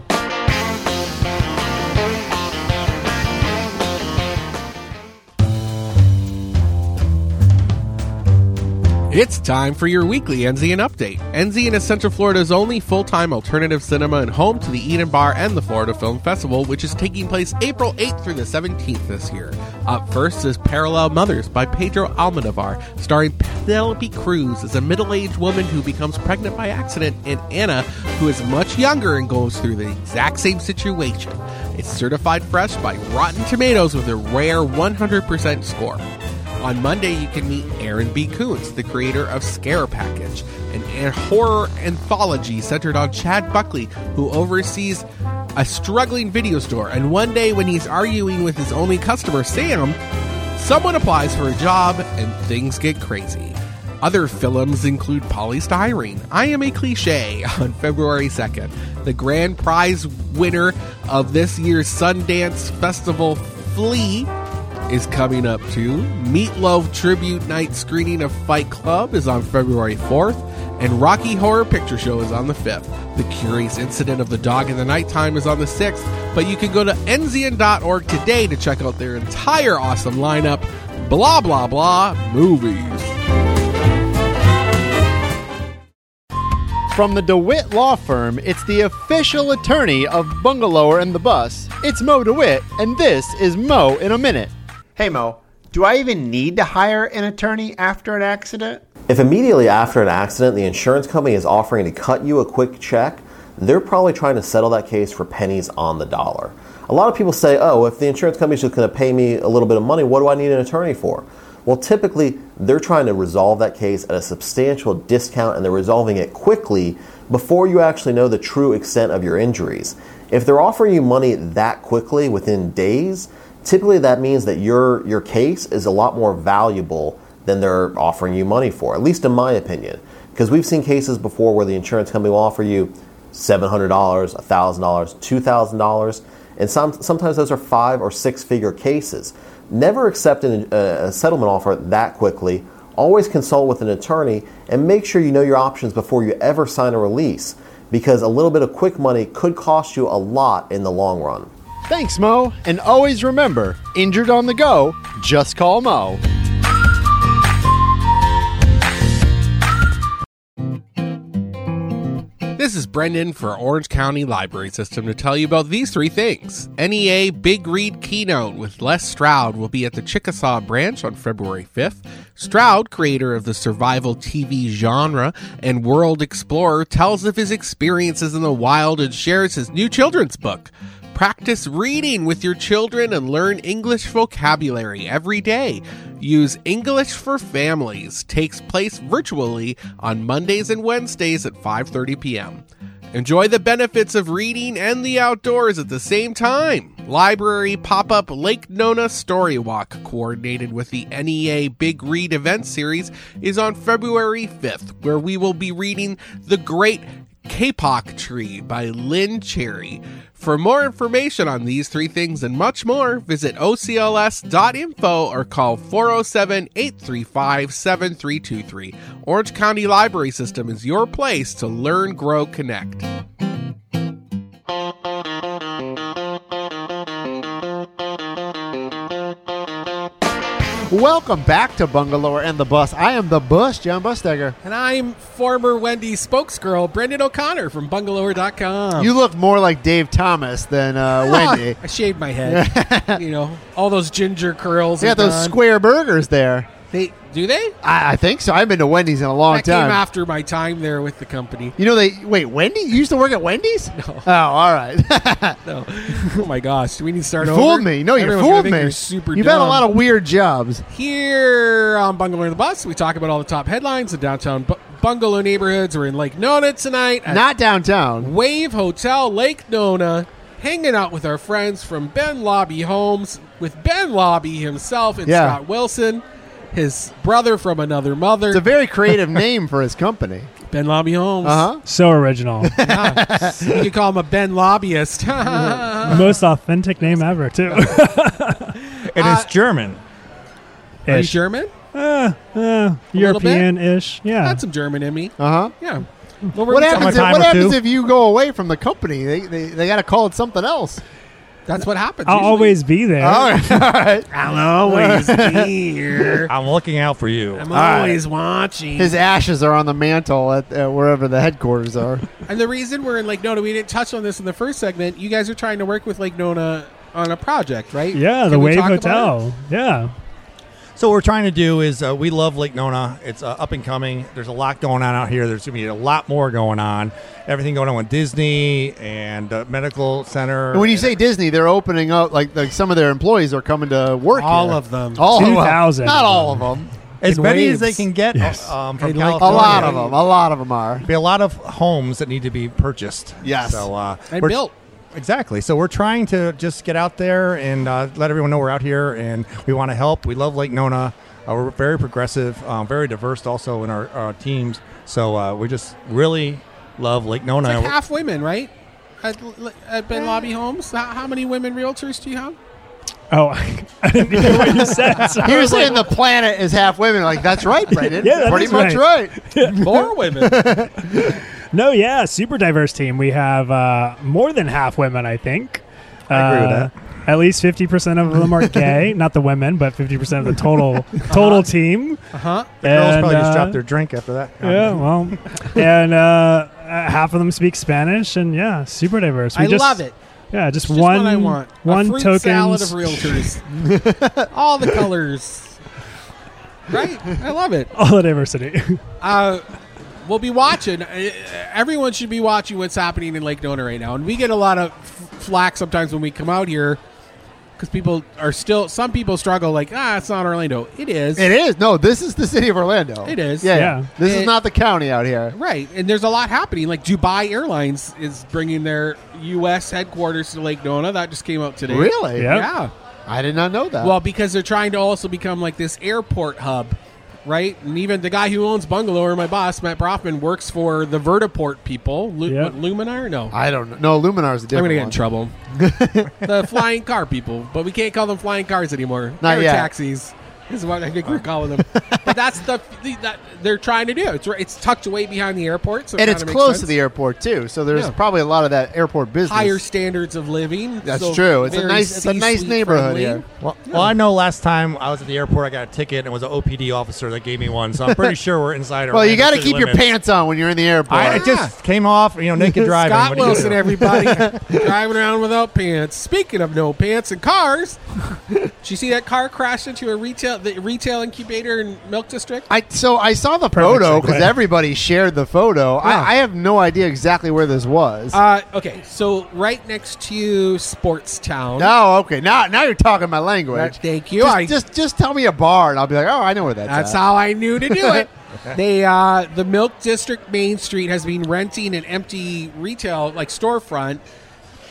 B: It's time for your weekly Enzian update. Enzian is Central Florida's only full time alternative cinema and home to the Eden Bar and the Florida Film Festival, which is taking place April 8th through the 17th this year. Up first is Parallel Mothers by Pedro Almodovar, starring Penelope Cruz as a middle aged woman who becomes pregnant by accident, and Anna, who is much younger and goes through the exact same situation. It's certified fresh by Rotten Tomatoes with a rare 100% score. On Monday, you can meet Aaron B. Koontz, the creator of Scare Package, an a horror anthology centered on Chad Buckley, who oversees a struggling video store. And one day, when he's arguing with his only customer, Sam, someone applies for a job and things get crazy. Other films include Polystyrene, I Am a Cliche on February 2nd, the grand prize winner of this year's Sundance Festival, Flea, is coming up too. Meatloaf Tribute Night screening of Fight Club is on February 4th, and Rocky Horror Picture Show is on the 5th. The Curious Incident of the Dog in the Nighttime is on the 6th, but you can go to enzian.org today to check out their entire awesome lineup. Blah, blah, blah, movies.
A: From the DeWitt Law Firm, it's the official attorney of Bungalower and the Bus. It's Mo DeWitt, and this is Mo in a Minute. Hey, Mo, do I even need to hire an attorney after an accident?
F: If immediately after an accident the insurance company is offering to cut you a quick check, they're probably trying to settle that case for pennies on the dollar. A lot of people say, oh, if the insurance company's just going to pay me a little bit of money, what do I need an attorney for? Well, typically, they're trying to resolve that case at a substantial discount and they're resolving it quickly before you actually know the true extent of your injuries. If they're offering you money that quickly within days, typically that means that your, your case is a lot more valuable than they're offering you money for, at least in my opinion. Because we've seen cases before where the insurance company will offer you $700, $1,000, $2,000, and some, sometimes those are five or six figure cases. Never accept an, uh, a, a settlement offer that quickly. Always consult with an attorney and make sure you know your options before you ever sign a release because a little bit of quick money could cost you a lot in the long run.
A: Thanks, Mo, and always remember injured on the go, just call Mo.
B: This is Brendan for Orange County Library System to tell you about these three things. NEA Big Read Keynote with Les Stroud will be at the Chickasaw branch on February 5th. Stroud, creator of the survival TV genre and world explorer, tells of his experiences in the wild and shares his new children's book. Practice reading with your children and learn English vocabulary every day. Use English for Families takes place virtually on Mondays and Wednesdays at 5:30 p.m. Enjoy the benefits of reading and the outdoors at the same time. Library pop-up Lake Nona Story Walk, coordinated with the NEA Big Read Event Series, is on February 5th, where we will be reading The Great Kapok Tree by Lynn Cherry. For more information on these three things and much more, visit ocls.info or call 407 835 7323. Orange County Library System is your place to learn, grow, connect.
A: Welcome back to Bungalow and the Bus. I am the bus, John Bustegger.
B: And I'm former Wendy spokesgirl Brendan O'Connor from bungalower.com.
A: You look more like Dave Thomas than uh, Wendy.
B: I shaved my head. you know, all those ginger curls.
A: They
B: are
A: got those
B: gone.
A: square burgers there.
B: They- do they?
A: I, I think so. I haven't been to Wendy's in a long
B: That
A: time.
B: came after my time there with the company.
A: you know they wait. Wendy, you used to work at Wendy's? No. Oh, all right.
B: No. oh my gosh. Do we need to start
A: You
B: over?
A: fooled me. No, you
B: Everyone's gonna
A: fooled
B: think
A: me.
B: You're super
A: You've had a lot of weird jobs.
B: Here on Bungalow in the Bus, we talk about all the top headlines in downtown bu- bungalow neighborhoods. We're in Lake Nona tonight at
A: Not downtown.
B: Wave Hotel, Lake Nona, hanging out with our friends from Ben Lobby Homes, with Ben Lobby himself and
A: Yeah.
B: Scott Wilson, his brother from another mother,
A: It's a very creative name for his company.
B: Ben Lobby Homes.
A: Uh huh.
D: So original.
B: You could call him a Ben Lobbyist.
D: Most authentic name ever, too.
E: And
A: Uh,
E: it's German.
B: Are you
D: Ish.
B: German?
D: Uh,
B: little bit?
D: European ish. Yeah.
B: I had some German in me.
A: Uh huh.
B: Yeah.
A: What happens? If,
E: time
A: what
E: or
A: happens
E: two.
A: if you go away from the company? They they, they got to call it something else.
B: That's what happens.
D: I'll
B: usually.
D: always be there.
A: All right. All right.
B: I'm always here.
E: I'm looking out for you.
B: I'm
A: right.
B: always watching.
A: His ashes are on the mantle at, at wherever the headquarters are.
B: and the reason we're in Lake Nona, we didn't touch on this in the first segment. You guys are trying to work with Lake Nona on a project, right?
D: Yeah,
B: Can
D: the
B: we
D: Wave
B: talk about it?
D: Hotel. Yeah.
E: So what we're trying to do is uh, we love Lake Nona. It's uh, up and coming. There's a lot going on out here. There's going to be a lot more going on. Everything going on with Disney and uh, medical center.
A: And when you say Disney, they're opening up like like some of their employees are coming to work.
B: All
A: here.
B: of them.
A: All of them.
D: 2,000.
A: Not all of them.
E: as
B: in
E: many
B: waves.
E: as they can get
D: Yes.
E: uh, um, from
B: Hey, Lake
E: California.
A: A lot
B: yeah.
A: of them. A lot of them are.
E: Be a lot of homes that need to be purchased.
A: Yes.
E: So uh,
B: And
E: we're-
B: built.
E: Exactly. So we're trying to just get out there and uh, let everyone know we're out here and we want to help. We love Lake Nona. Uh, we're very progressive, um, very diverse also in our, our teams. So uh, we just really love Lake Nona.
B: It's
E: And
B: like
E: we're-
B: half women, right? At, at Ben Lobby Homes, how, how many women realtors do you have?
D: Oh, I didn't hear what you said. so I
A: You're
D: was like,
A: saying the planet is half women. Like that's right, Brendan.
D: Yeah, that
A: pretty
D: is
A: much right.
B: More women.
D: no, yeah, super diverse team. We have uh, more than half women, I think.
E: I agree with
D: that. At least fifty percent of them are gay, not the women, but fifty percent of the total total team.
B: Uh huh.
E: Uh-huh. the girls probably just
D: uh,
E: dropped their drink after that.
D: Yeah, well, and uh, uh, half of them speak Spanish, and yeah, super diverse. We
B: I
D: just,
B: love it.
D: Yeah, just,
B: Just
D: one
B: what I want. A
D: one
B: fruit
D: token
B: salad of realtors. All the colors. Right? I love it.
D: all the diversity.
B: uh, we'll be watching. Uh, Everyone should be watching what's happening in Lake Nona right now, and we get a lot of f- flack sometimes when we come out here because people are still. Some people struggle, like ah, it's not Orlando. It is.
A: It is. No, this is the city of Orlando.
B: It is.
A: Yeah.
D: Yeah.
A: This is
B: It-
A: not the county out here.
B: Right, and there's a lot happening. Like Dubai Airlines is bringing their U.S. headquarters to Lake Nona. That just came out today.
A: Really?
D: Yeah.
B: Yeah.
A: I did not know that.
B: Well, because they're trying to also become like this airport hub, right? And even the guy who owns Bungalow, or my boss, Matt Brofman, works for the Vertiport people. Lu-
D: Yeah.
B: what, Luminar? No.
A: I don't know. No, Luminar's a
B: I'm
A: different
B: gonna get in
A: one.
B: trouble. the flying car people, but we can't call them flying cars anymore.
A: Not
B: Air
A: yet.
B: taxis is what I think we're calling them. but that's the the- that they're trying to do. It's right- it's tucked away behind the airport, so it
A: And
B: kinda
A: it's
B: makes
A: close to
B: sense.
A: the airport too, so there's
B: Yeah.
A: probably a lot of that airport business.
B: higher standards of living.
A: That's
B: so
A: true. It's a
B: very
A: nice- it's a nice
B: C-suite
A: neighborhood
B: friendly.
A: here.
E: Well, well, I know last time I was at the airport, I got a ticket, and it was an OPD officer that gave me one. So I'm pretty sure we're inside.
A: well, you
E: Orlando
A: got to
E: city
A: keep your
E: limits.
A: pants on when you're in the airport.
E: I, I just came off, you know, naked driving. What
B: Scott
E: do you
B: Wilson,
E: do?
B: everybody, driving around without pants. Speaking of no pants and cars, did you see that car crash into a retail? the retail incubator in Milk District?
A: I so I saw the photo
D: segue.
A: because everybody shared the photo.
B: Yeah.
A: I, I have no idea exactly where this was.
B: Uh, okay, so right next to Sports Town.
A: no, okay. Now now you're talking my language.
B: Right, thank you.
A: Just,
B: I-
A: just just tell me a bar and I'll be like, oh, I know where that's.
B: That's
A: at.
B: how I knew to do it. Uh, they uh, the Milk District Main Street has been renting an empty retail like storefront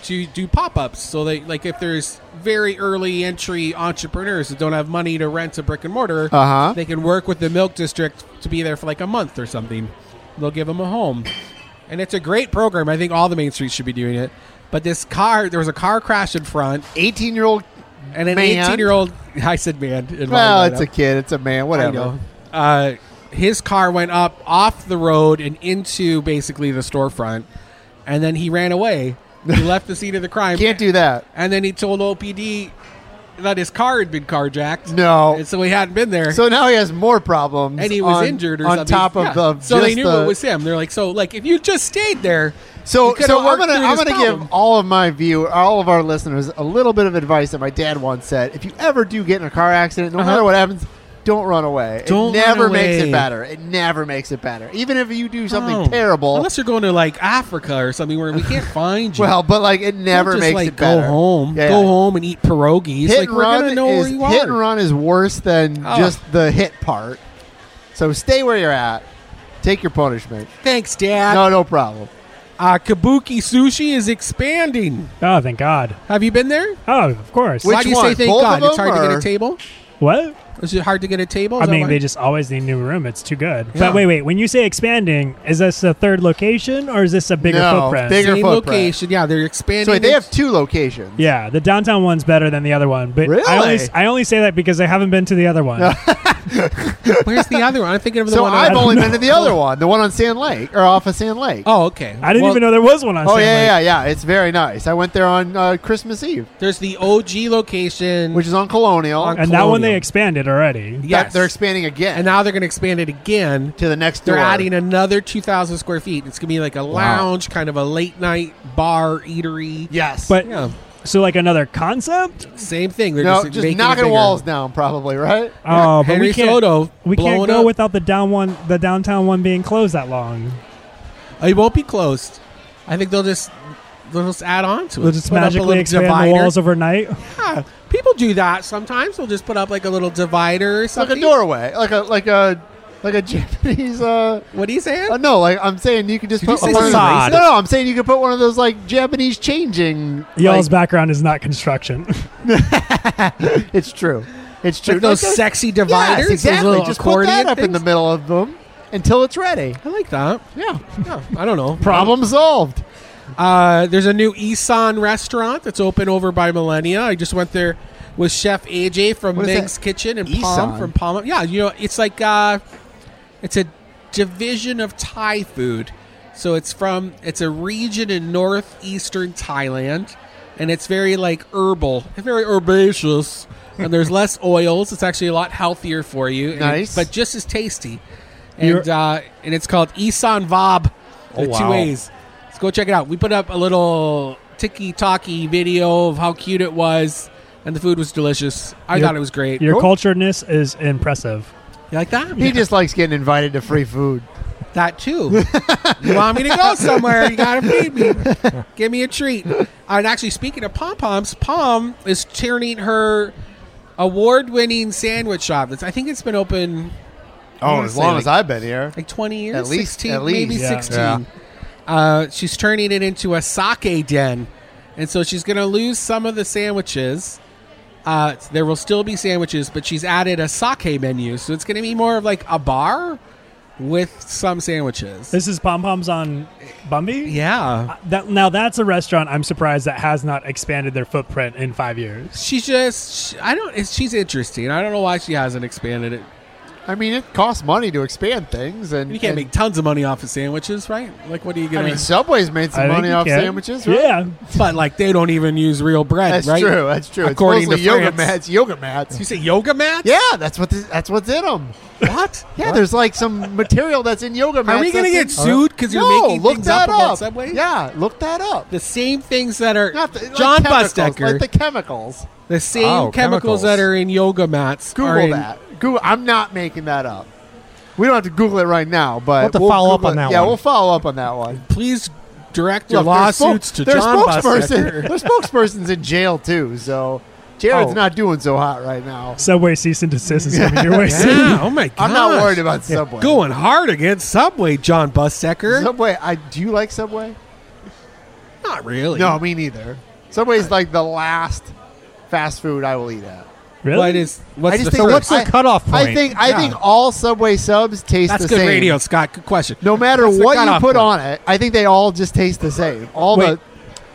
B: to do pop ups. So they like if there's very early entry entrepreneurs that don't have money to rent a brick and mortar,
A: Uh-huh.
B: they can work with the Milk District to be there for like a month or something. They'll give them a home, and it's a great program. I think all the main streets should be doing it. But this car, there was a car crash in front,
A: Eighteen year old.
B: and an
A: Man.
B: eighteen-year-old. I said, "Man." in my
A: Well, it's
B: lineup.
A: a kid. It's a man. Whatever.
B: I know. Uh, his car went up off the road and into basically the storefront, and then he ran away. He left the scene of the crime.
A: Can't do that.
B: And then he told OPD that his car had been carjacked.
A: No.
B: and so he hadn't been there.
A: So now he has more problems.
B: and he was
A: on-
B: injured or
A: on
B: something.
A: top of
B: Yeah.
A: the.
B: so they
A: just
B: knew
A: the-
B: it was him. They're like, so like if you just stayed there, you
A: So,
B: could've
A: so I'm
B: worked
A: gonna
B: through
A: I'm
B: this
A: gonna
B: problem.
A: give all of my view, all of our listeners, a little bit of advice that my dad once said: If you ever do get in a car accident, no matter what happens, don't run away.
B: Uh-huh. Don't
A: it never
B: run
A: makes
B: away.
A: it better. It never makes it better. Even if you do something
B: No.
A: terrible,
B: unless you're going to like Africa or something where we can't find you.
A: well, but like it
B: Don't
A: never
B: just,
A: makes
B: like,
A: it better.
B: Go home,
A: Yeah.
B: go home and eat pierogies.
A: Hit
B: like
A: and
B: we're gonna
A: run
B: know
A: is
B: where you are.
A: hit and run is worse than
B: Oh.
A: just the hit part. So stay where you're at. Take your punishment.
B: Thanks, Dad.
A: No, no problem.
B: Uh, Kabuki Sushi is expanding.
D: Oh, thank God.
B: Have you been there?
D: Oh, of course.
A: Wait.
B: Why
A: Which
B: do you say
A: one?
B: thank
A: Both
B: God?
A: of
B: It's hard
A: them,
B: to get
A: or-
B: a table.
D: What?
B: Is it hard to get a table? Is
D: I
B: that
D: mean,
B: why?
D: they just always need new room. It's too good.
B: Yeah.
D: But wait, wait. When you say expanding, is this a third location or is this a bigger
A: No,
D: footprint?
A: bigger-
B: same
A: footprint.
B: location. Yeah, they're expanding.
A: So wait, they
B: it.
A: have two locations.
D: Yeah, the downtown one's better than the other one. But I only
A: Really?
D: I only say that because I haven't been to the other one.
B: Where's the other one? I'm thinking of the
A: So
B: one.
A: I've
D: don't
A: only
D: know.
A: been to the other one, the one on Sand Lake or off of Sand Lake.
B: oh, okay.
D: I didn't
B: Well,
D: even know there was one on.
A: Oh
D: Sand Lake.
A: yeah, yeah, yeah. It's very nice. I went there on uh, Christmas Eve,
B: There's the OG location,
A: which is on Colonial.
B: On-
D: And that one they
B: Colonial.
D: expanded already.
A: That-
B: yes,
A: they're expanding again
B: and now they're going to expand it again.
A: to the next
B: They're
A: door.
B: adding another 2,000 square feet. It's going to be like a lounge, kind of a late night bar eatery.
A: yes,
D: But
B: Yeah,
D: so like another concept?
B: same thing. They're
A: no,
B: just,
A: just
B: making it
A: knocking
B: bigger.
A: walls down, probably right.
D: Oh, but
B: Henry
D: we can't
B: Soto
D: we can't
B: blowing
D: go
B: up.
D: without the down one the downtown one being closed that long.
B: It won't be closed. I think they'll just they'll just add on to it.
D: They'll just
B: Put up a
D: magically
B: little
D: expand
B: divider.
D: the walls overnight.
B: Yeah, people do that sometimes. They'll just put up like a little divider or
A: It's like
B: something.
A: a doorway, like a like a like a Japanese. Uh,
B: What are you saying?
A: uh, no, like I'm saying, you could just
B: Did
A: put
B: you say
A: one of those-
B: facade?
A: No, no, I'm saying you could put one of those like Japanese changing.
D: Y'all's
A: like-
D: background is not construction.
A: It's true. It's true.
B: Like those
A: Like a-
B: sexy dividers.
A: yes,
B: those
A: exactly.
B: little
A: Just put that
B: accordion
A: up in the
B: things.
A: middle of them until it's ready.
B: I like that.
A: Yeah.
B: Yeah, I don't know.
A: Problem solved.
B: Uh, there's a new Isan restaurant that's open over by Millennia. I just went there with Chef AJ from
A: What is
B: Meg's
A: that?
B: Kitchen and
A: Isan?
B: Palm from Palm. Yeah, you know, it's like uh, it's a division of Thai food. So it's from it's a region in northeastern Thailand, and it's very like herbal, very herbaceous, and there's less oils. It's actually a lot healthier for you, and it-
A: Nice.
B: but just as tasty. And uh, and it's called Isan Vab. with
E: Oh,
B: two
E: wow.
B: A's. Let's go check it out. We put up a little ticky talky video of how cute it was, and the food was delicious. I
D: Your-
B: thought it was great. You
D: Your culturedness is impressive.
B: like that?
A: He just likes getting invited to free food.
B: That too. you want me to go somewhere? You gotta feed me. Give me a treat. And actually, speaking of pom poms, Pom is turning her award-winning sandwich shop. That's I think it's been open
A: Oh,
B: wanna
A: as
B: say,
A: long
B: like,
A: as I've been here.
B: like 20 years
A: At least-
B: 16
A: at least.
B: maybe
D: Yeah.
B: 16
E: Yeah.
B: Uh, she's turning it into a sake den and so she's going to lose some of the sandwiches uh, there will still be sandwiches but she's added a sake menu so it's going to be more of like a bar with some sandwiches
D: This is Pom Poms on Bumby?
B: yeah
D: That, now that's a restaurant I'm surprised that has not expanded their footprint in five years.
B: she's just i don't it's- she's interesting i don't know why she hasn't expanded it
A: I mean, it costs money to expand things, and
B: you can't
A: and-
B: make tons of money off of sandwiches right like what are you
A: I
B: gonna
A: mean, Subway's made some
D: I think
A: money
D: you
A: off
D: can.
A: sandwiches, right?
D: Yeah.
B: but like they don't even use real bread
A: that's
B: right
A: true. That's true.
B: According
A: it's mostly
B: to
A: yoga
B: France.
A: mats, yoga
B: you
A: mats.
B: say yoga mats
A: Yeah, that's what this, that's what's in them.
B: what
A: Yeah, there's like some material that's in yoga mats.
B: Are we going to
A: that's
B: get
A: in-
B: sued because you're
A: no,
B: making
A: look
B: things
A: that
B: up,
A: up.
B: about Subway?
A: Yeah, look that up.
B: The same things that are
A: Not the, like
B: John
A: chemicals,
B: Bustecker.
A: like the chemicals.
B: the same
E: Oh,
B: chemicals, that
E: chemicals.
B: are in yoga mats.
A: Google
B: are in
A: that. Google. I'm not making that up. We don't have to Google it right now, but we'll
E: have to follow up
A: Google
E: on
A: it.
E: that
A: Yeah,
E: one.
A: we'll follow up on that one.
B: Please direct your
A: Look, their spoke-
B: lawsuits to
A: their
B: John
A: spokesperson.
B: Bustecker.
A: their spokesperson's in jail too, so Jared's not doing so hot right now.
D: Subway cease and desist is coming your way soon.
B: Yeah, oh my god.
A: I'm not worried about Subway.
B: going hard against Subway, John Bustecker.
A: Subway. I do you like Subway?
B: not really.
A: No, me neither. Subway's like the last fast food I will eat at.
D: Really?
B: What is what's
A: I just
B: the
A: think
B: first-
E: what's the
A: I-
E: cutoff
A: I
E: point?
A: think I
B: Yeah.
A: think all Subway subs taste
B: That's
A: the
B: good
A: same.
B: radio, Scott. Good question.
A: No matter
B: That's the
A: what you
B: cutoff
A: put on
B: point.
A: it, I think they all just taste the same. All
D: Wait,
A: the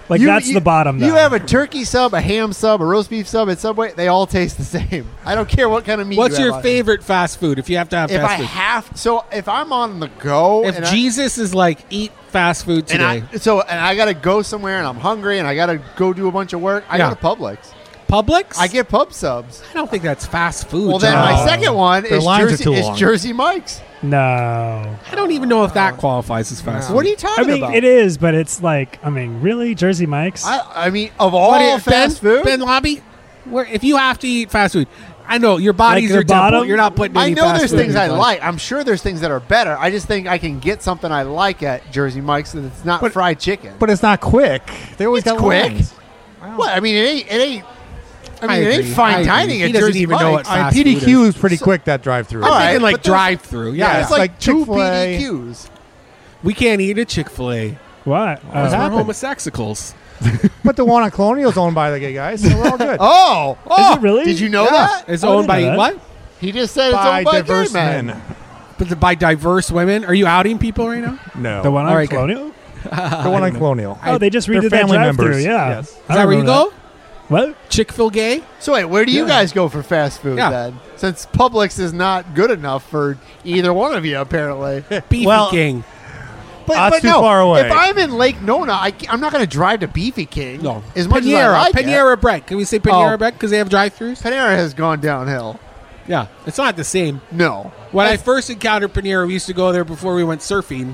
D: like
A: you-
D: that's
A: you-
D: the bottom.
A: You
D: though.
A: have a turkey sub, a ham sub, a roast beef sub at Subway. They all taste the same. I don't care what kind of meat.
B: What's
A: you have
B: your
A: on it.
B: favorite fast food if you have to have
A: If I
B: fast food?
A: have so, if I'm on the go,
B: If
A: and I-
B: Jesus is like eat fast food
A: and
B: today,
A: I, so and I gotta go somewhere and I'm hungry and I gotta go do a bunch of work, I
B: Yeah.
A: go to Publix.
B: Publix.
A: I get pub subs.
B: I don't think that's fast food.
A: Well, then
B: John.
A: my
E: No.
A: second one
E: Their
A: is
E: lines are
A: Jersey,
E: too
A: is
E: long.
A: Jersey Mike's.
D: no.
B: I don't even know if that qualifies as fast. food.
A: What are you
D: I
A: talking
D: mean,
A: about?
D: it is, but it's like, I mean, really, Jersey Mike's.
A: I, I mean, of all
B: What is
A: fast
B: Oh, ben,
A: food,
B: Ben Lobby? Where if you have to eat fast food, I know your body's
D: Like
B: your
D: the
B: temple.
D: bottom?
B: You're not putting.
A: I
B: any
A: know
B: fast
A: there's
B: food in
A: things
B: your
A: I
B: body.
A: like. I'm sure there's things that are better. I just think I can get something I like at Jersey Mike's and it's not
E: But-
A: fried chicken.
E: but it's not quick. They always
A: It's
E: got
A: quick.
E: lines.
A: what? I mean, it ain't. It ain't. I mean,
B: I
A: it
B: agree.
A: ain't fine
B: I agree.
A: dining
B: He
A: at
B: doesn't
A: Jersey
B: even know
A: Mike's.
B: what
E: I mean,
B: fast food
E: PDQ is pretty quick that drive through.
A: All
B: I'm
A: right,
B: thinking like
A: but there's-
B: drive through. Yeah,
A: Yeah,
B: yeah.
A: it's like,
E: like
A: two
E: Chick-fil-A.
A: PDQs.
B: we can't eat a Chick Fil A.
D: what?
B: We're
D: Oh.
E: happened?
B: homosexuals.
E: But the one on Colonial's owned by the gay guys, so we're all good.
A: Oh, oh,
D: it really?
A: Did you know
E: Yeah.
A: that?
B: It's
D: I didn't
B: owned by
D: know that.
B: what?
A: He just said it's
E: by
A: owned by
E: diverse
A: gay men.
E: men.
B: But the- by diverse women. Are you outing people right now?
E: No,
D: the one on
B: All right, good.
D: Colonial?
E: the one on Colonial.
D: Oh, they just
E: They're
D: redid that
E: family
D: drive through.
E: members.
D: Yeah.
E: Yes. Is
D: I
B: Is that where you
D: remember
B: go?
D: What?
B: Chick Fil Gay.
A: So wait, where do you
B: Yeah.
A: guys go for fast food
B: Yeah.
A: then? Since Publix is not good enough for either one of you, apparently. but
B: Beefy
E: Well,
B: King.
E: That's too far away.
A: If I'm in Lake Nona, I, am not going to drive to Beefy King.
B: No.
A: as much
B: Panera.
A: as I like it.
B: Panera bread. Can we say Panera
A: Oh.
B: bread because they have drive-throughs?
A: Panera has gone downhill.
B: Yeah, it's not the same.
A: No,
B: When I
A: That's-
B: first encountered Panera, we used to go there before we went surfing,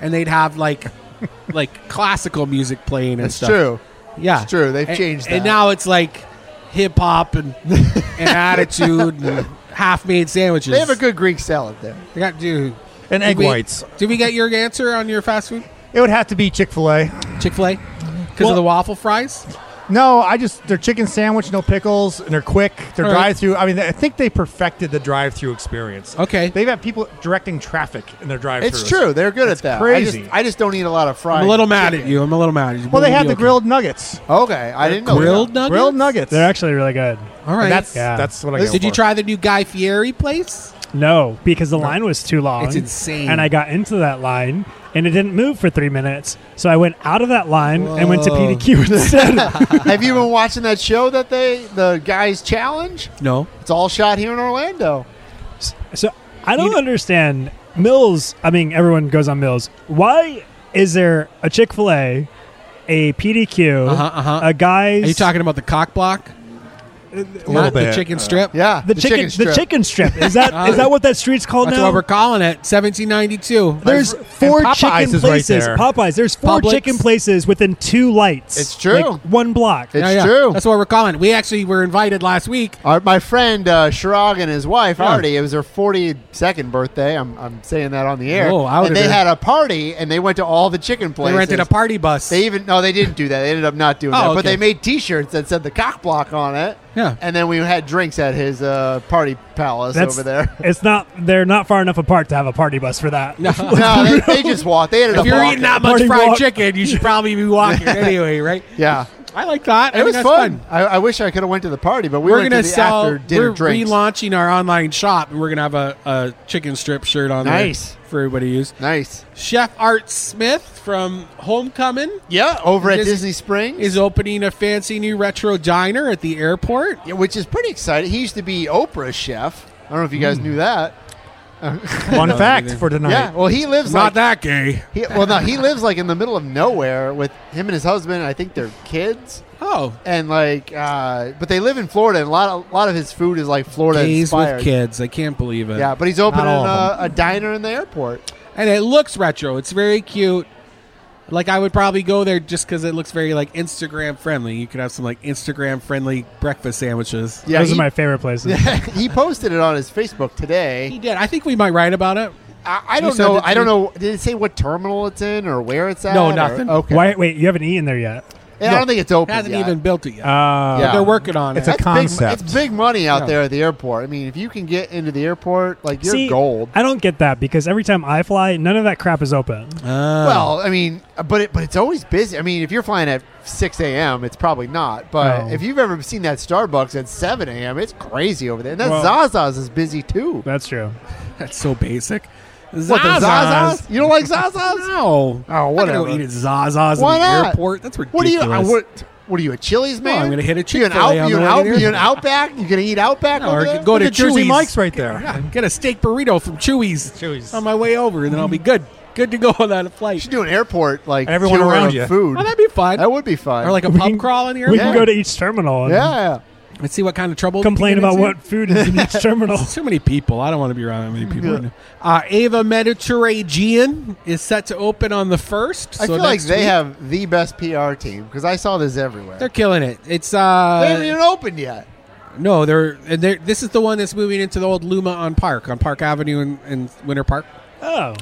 B: and they'd have like like classical music playing and
A: that's
B: stuff.
A: true.
B: Yeah,
A: It's true. They've
B: And-
A: changed
B: and
A: that.
B: now it's like hip hop and, and attitude and half made sandwiches.
A: They have a good Greek salad there.
B: They got dude.
E: and
B: did
E: egg
B: we-
E: whites.
B: Did we get your answer on your fast food
E: It would have to be Chick Fil A.
B: Chick Fil A because
E: Well-
B: of the waffle fries?
E: No, I just their chicken sandwich, no pickles, and they're quick. They're
B: All right.
E: drive through. I mean, I think they perfected the drive through experience.
B: Okay,
E: They've had people directing traffic in their drive.
A: It's true. They're good at that. I
E: crazy.
A: just, I just don't eat a lot of fried.
B: I'm a little mad at
A: chicken.
B: you. I'm a little mad at you.
E: Well, they
B: We'll
E: had
B: be
E: the
B: okay.
E: grilled nuggets. Oh,
A: Okay, I didn't know.
B: grilled
A: that.
B: nuggets.
E: Grilled nuggets.
D: They're actually really good.
B: All right.
E: And That's
D: Yeah.
E: that's what I.
B: Listen,
E: go
B: did you
E: for.
B: try the new Guy Fieri place?
D: No, because the line was too long.
B: It's insane.
D: And I got into that line and it didn't move for three minutes. So I went out of that line and went to
B: Whoa.
D: PDQ instead.
A: Have you been watching that show that they the guys challenge?
B: No.
A: It's all shot here in Orlando.
D: so I don't
B: You-
D: understand Mills. I mean, everyone goes on Mills. Why is there a Chick fil A, a PDQ,
B: Uh-huh, uh-huh.
D: a guy's.
B: Are you talking about the cock block?
E: a little
B: Not
E: bit?
B: The chicken strip?
A: Uh, Yeah,
D: The, chicken,
A: strip.
D: the chicken strip is that is that what that street's called
B: That's
D: now?
B: what we're calling it. 1792.
D: There's
E: And
D: four
E: Popeyes
D: chicken
E: is right
D: places.
E: there.
D: Popeyes. There's four
B: Publix.
D: chicken places within two lights.
A: It's true.
D: Like, one block.
A: It's
B: Yeah, yeah.
A: true.
B: That's what we're calling it. We actually were invited last week.
A: Our, my friend uh, Shirag and his wife
B: Yeah.
A: Artie, it was her 42nd birthday. I'm, I'm saying that on the air.
B: Whoa, outed
A: and they
B: her.
A: had a party, and they went to all the chicken
B: We
A: places.
B: rented a party bus.
A: They even no, they didn't do that. They ended up not doing
B: Oh,
A: that. But
B: okay.
A: they made T-shirts that said the cock block on it.
B: Yeah.
A: And then we had drinks at his uh, party palace over there.
D: It's not. They're not far enough apart to have a party bus for that. No.
A: no, they, they just walked. They ended
B: if
A: up
B: you're
A: walking.
B: eating that much
D: Party
B: fried
D: walk.
B: chicken, you should probably be walking anyway, right?
A: yeah.
B: I like that. I
A: It
B: think
A: was
B: that's
A: fun. I, I wish I could have went to the party, but we
B: We're
A: went
B: gonna
A: to the
B: sell.
A: after dinner
B: we're
A: drinks.
B: relaunching our online shop, and we're gonna have a, a chicken strip shirt on
A: Nice.
B: there for everybody to use.
A: nice.
B: Chef Art Smith from Homecoming
A: Yeah, over at
B: Just-
A: Disney Springs.
B: is opening a fancy new retro diner at the airport.
A: Yeah, which is pretty exciting. He used to be Oprah's chef. I don't know if you guys knew that.
E: Fun fact
B: either.
E: for tonight.
A: Yeah, well, he lives like
B: Not that gay.
A: He, well, no, he lives like in the middle of nowhere with him and his husband. and I think their kids
B: Oh,
A: and like, uh, but they live in Florida. And a lot, of, a lot of his food is like Florida
B: gays
A: inspired.
B: with kids. I can't believe it.
A: Yeah, but he's opening
E: all of
A: a, a diner in the airport.
B: and it looks retro. It's very cute. Like I would probably go there just because it looks very like Instagram friendly. You could have some like Instagram friendly breakfast sandwiches.
A: Yeah,
D: Those
A: he,
D: are my favorite places.
A: he posted it on his Facebook
B: He
A: today.
B: did. I think we might write about it.
A: I, I
B: You
A: don't
B: said
A: know.
B: that
A: I don't
B: you-
A: know. Did it say what terminal it's in or where it's at?
B: No,
A: or-
B: nothing.
A: okay.
D: Why? Wait, you haven't eaten there yet?
A: And I don't think it's open.
B: It hasn't
A: yet.
B: even built it yet.
D: Uh,
A: Yeah.
B: They're working on
E: It's
B: it.
E: a- concept.
A: Big, it's big money out
B: Yeah.
A: there at the airport. I mean, if you can get into the airport, like you're
D: See,
A: gold.
D: I don't get that because every time I fly, none of that crap is open.
B: Uh,
A: well, I mean, but it, but it's always busy. I mean, if you're flying at 6 a.m., it's probably not. But
D: No.
A: if you've ever seen that Starbucks at 7 a.m., it's crazy over there. And that
D: Well-
A: Zaza's is busy too.
D: That's true.
B: That's so basic.
A: What the
B: Zazas?
A: Zaza's? You don't like Zaza's? Oh,
B: No. I'm not gonna
A: whatever.
B: go eat at Zaza's
A: Why
B: in the
A: not?
B: airport. That's ridiculous.
A: What do you? uh, what? What are you a Chili's man?
B: I'm gonna hit a
A: You an,
B: Chick-fil-A
A: out,
B: on
A: you
B: the
A: an,
B: way
A: out,
B: there.
A: you an Outback? You gonna eat Outback
B: No,
A: over
B: or
A: there?
B: go
E: Look
B: to
E: at Jersey
B: Chewy's.
E: Mike's right there.
B: Yeah, get a steak burrito from Chewy's,
E: Chewy's.
B: on my way over, and then I'll be good. Good to go on that
A: You
B: flight.
A: should do an airport like
E: Everyone
A: tour
E: around
A: of
E: you.
A: Food.
B: Oh, that'd be fun.
A: that would be fun.
B: or like a
D: We
B: pub
D: can-
B: crawl in the
D: We
B: airport.
D: can go to each terminal and
A: yeah.
B: Let's see what kind of trouble. we
D: complain
B: can get
D: about
B: into.
D: what Oh. food is in each terminal.
B: Too many people. I don't want to be around that many people. right now. Uh, Ava Mediterranean is set to open on the first.
A: I
B: so
A: feel like
B: next
A: they
B: week.
A: have the best PR team because I saw this everywhere.
B: They're
A: They're,
B: killing it. It's
A: they haven't
B: uh
A: even opened yet.
B: no, they're and they're this is the one that's moving into the old Luma on Park on Park Avenue in, in Winter Park.
D: Oh,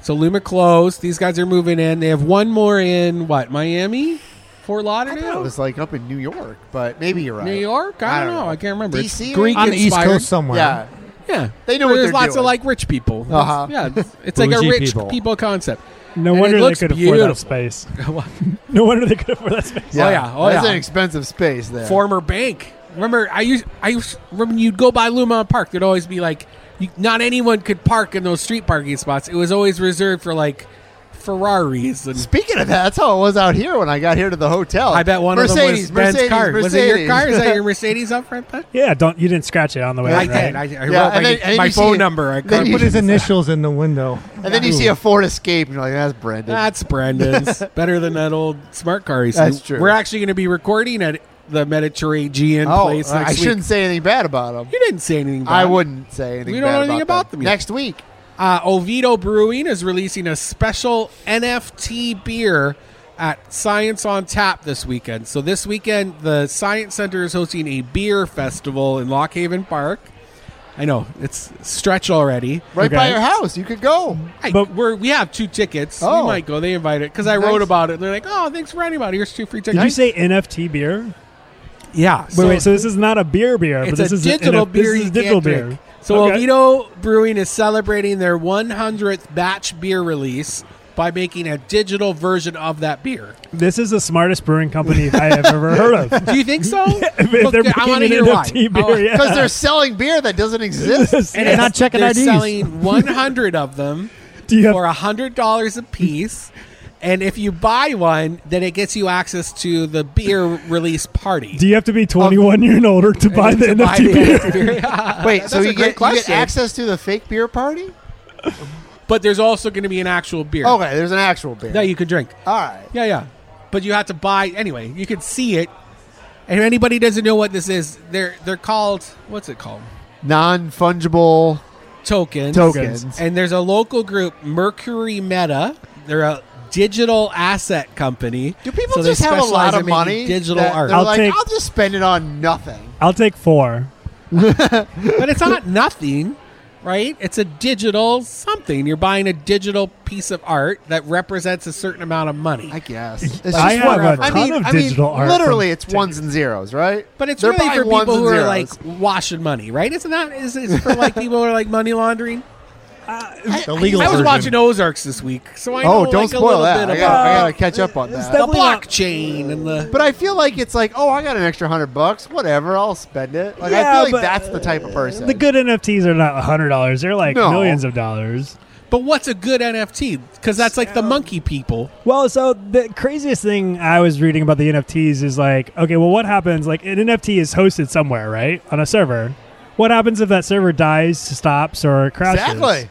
B: So Luma closed. These guys are moving in. They have one more in what Miami, Fort Lauderdale,
A: It was like up in New York, but maybe you're right.
B: New York. I, don't know. I can't remember. It's
A: DC
B: Greek
E: on the East
B: inspired.
E: Coast somewhere.
A: Yeah,
B: Yeah,
A: They know
B: There's
A: what they're
B: lots
A: doing.
B: of like rich people. It's-
A: Uh-huh.
B: Yeah, it's, it's like a
E: Bougie
B: rich people,
E: people.
B: concept.
D: no
B: And it
D: wonder they
B: looks
D: could afford
B: beautiful.
D: that space. No wonder they could afford that space.
B: Oh, yeah. Oh,
A: That's
B: yeah.
A: an expensive space there.
B: Former bank. Remember, I used I used, remember you'd go by Luma Park. There'd always be like, you, not anyone could park in those street parking spots. It was always reserved for like Ferraris and
A: Speaking of that, that's how it was out here when I got here to the hotel.
B: I bet one
A: Mercedes,
B: of them was Ben's
A: Mercedes,
B: car.
A: Mercedes.
B: Was it your car? Is that your Mercedes up front? Bud?
D: Yeah, don't you didn't scratch it on the way.
A: I
D: right?
A: did.
B: I, I wrote
A: Yeah, and
B: my,
A: then- and then
B: my
A: you
B: phone
A: see-
B: number. I
A: then
B: can't
A: you-
E: Put
B: put
E: his
B: it.
E: initials in the window.
A: and then you see a Ford Escape, and you're like, "That's Brandon."
B: That's Brendan's. Better than that old smart car. he said.
A: That's true.
B: We're actually going to be recording at the Mediterranean
A: oh,
B: place
A: I
B: next week.
A: shouldn't say anything bad about them.
B: You didn't say anything. About
A: I
B: it.
A: wouldn't say anything.
B: We don't
A: bad
B: know anything about them yet.
A: Next week,
B: Uh, Oviedo Brewing is releasing a special NFT beer at Science on Tap this weekend. So this weekend, the Science Center is hosting a beer festival in Lock Haven Park. I know it's stretch already.
A: right by
D: Okay.
A: your house, you could go.
B: Hey,
D: But-
B: we're we have two tickets.
A: Oh.
B: We might go. They invited because I
A: Nice.
B: wrote about it. They're like, "Oh, thanks for writing about it. Here's two free
D: Did you
B: tickets."
D: say NFT beer? Wait,
B: yeah? so
D: wait. So this is not a beer beer, but
B: it's
D: this
B: a
D: is
B: digital
D: an,
B: beer.
D: This
B: you
D: is digital
B: can't
D: beer.
B: drink. So
D: Okay.
B: Oviedo Brewing is celebrating their 100th batch beer release by making a digital version of that beer.
D: This is the smartest brewing company I have ever heard of.
B: Do you think so?
D: if they're
B: I
D: making
B: want to
D: an
B: hear why. Oh,
D: NFT
B: I
D: beer,
B: want-
D: yeah.
A: because they're selling beer that doesn't exist.
B: And
D: Yeah.
B: it's-
E: not checking
B: they're
E: IDs.
B: selling 100 of them
D: Do you have-
B: for $100 a piece. And if you buy one, then it gets you access to the beer release party.
D: Do you have to be 21 year and older to buy the
B: To
D: NFT
B: buy
D: beer?
B: the beer. Yeah.
A: Wait,
B: That's
A: so
B: a
A: you
B: great
A: get, you get
B: question.
A: access to the fake beer party?
B: but there's also going to be an actual beer
A: Okay, there's an actual beer.
B: that you can drink.
A: All right.
B: Yeah, yeah. But you have to buy anyway. You can see it. And if anybody doesn't know what this is, they're they're called what's it called?
A: Non fungible
B: Tokens.
A: tokens.
B: And there's a local group, Mercury Meta. They're a digital asset company.
A: Do people
B: So they
A: just have a
B: specialize
A: lot of
B: in making
A: money?
B: Digital
A: that
B: art,
A: They're
D: I'll
A: like,
D: take-
A: I'll just spend it on nothing.
D: I'll take four.
B: but it's not nothing, right? It's a digital something. You're buying a digital piece of art that represents a certain amount of money.
A: I guess. It's
D: I
A: just
D: have a
A: whatever. I
D: ton
A: mean,
D: of
A: I mean,
D: digital art
A: Literally,
D: from
A: it's
D: TikTok.
A: ones and zeros, right?
B: But it's
A: They're
B: really
A: buying
B: for
A: ones
B: people
A: and
B: who are
A: zeros.
B: like washing money, right? It's not. Is it for like people who are like money laundering?
E: The legal
B: Uh, I was
E: version.
B: watching Ozarks this week, so I know
A: oh, don't
B: like, a
A: spoil
B: little
A: that. I
B: bit
A: gotta, I
B: about
A: gotta catch up on that.
D: that-
B: the blockchain and the.
A: But I feel like it's like, oh, I got an extra hundred bucks. Whatever, I'll spend it. Like I
D: Yeah,
A: feel like
D: but, uh,
A: that's the type of person.
B: uh,
D: The good NFTs are not $100. They're like
A: No.
D: millions of dollars.
B: But what's a good NFT? Because that's like the monkey people.
D: Well, so the craziest thing I was reading about the NFTs is like, okay, well, what happens? Like, an NFT is hosted somewhere, right? On a server. What happens if that server dies, stops, or crashes?
A: exactly.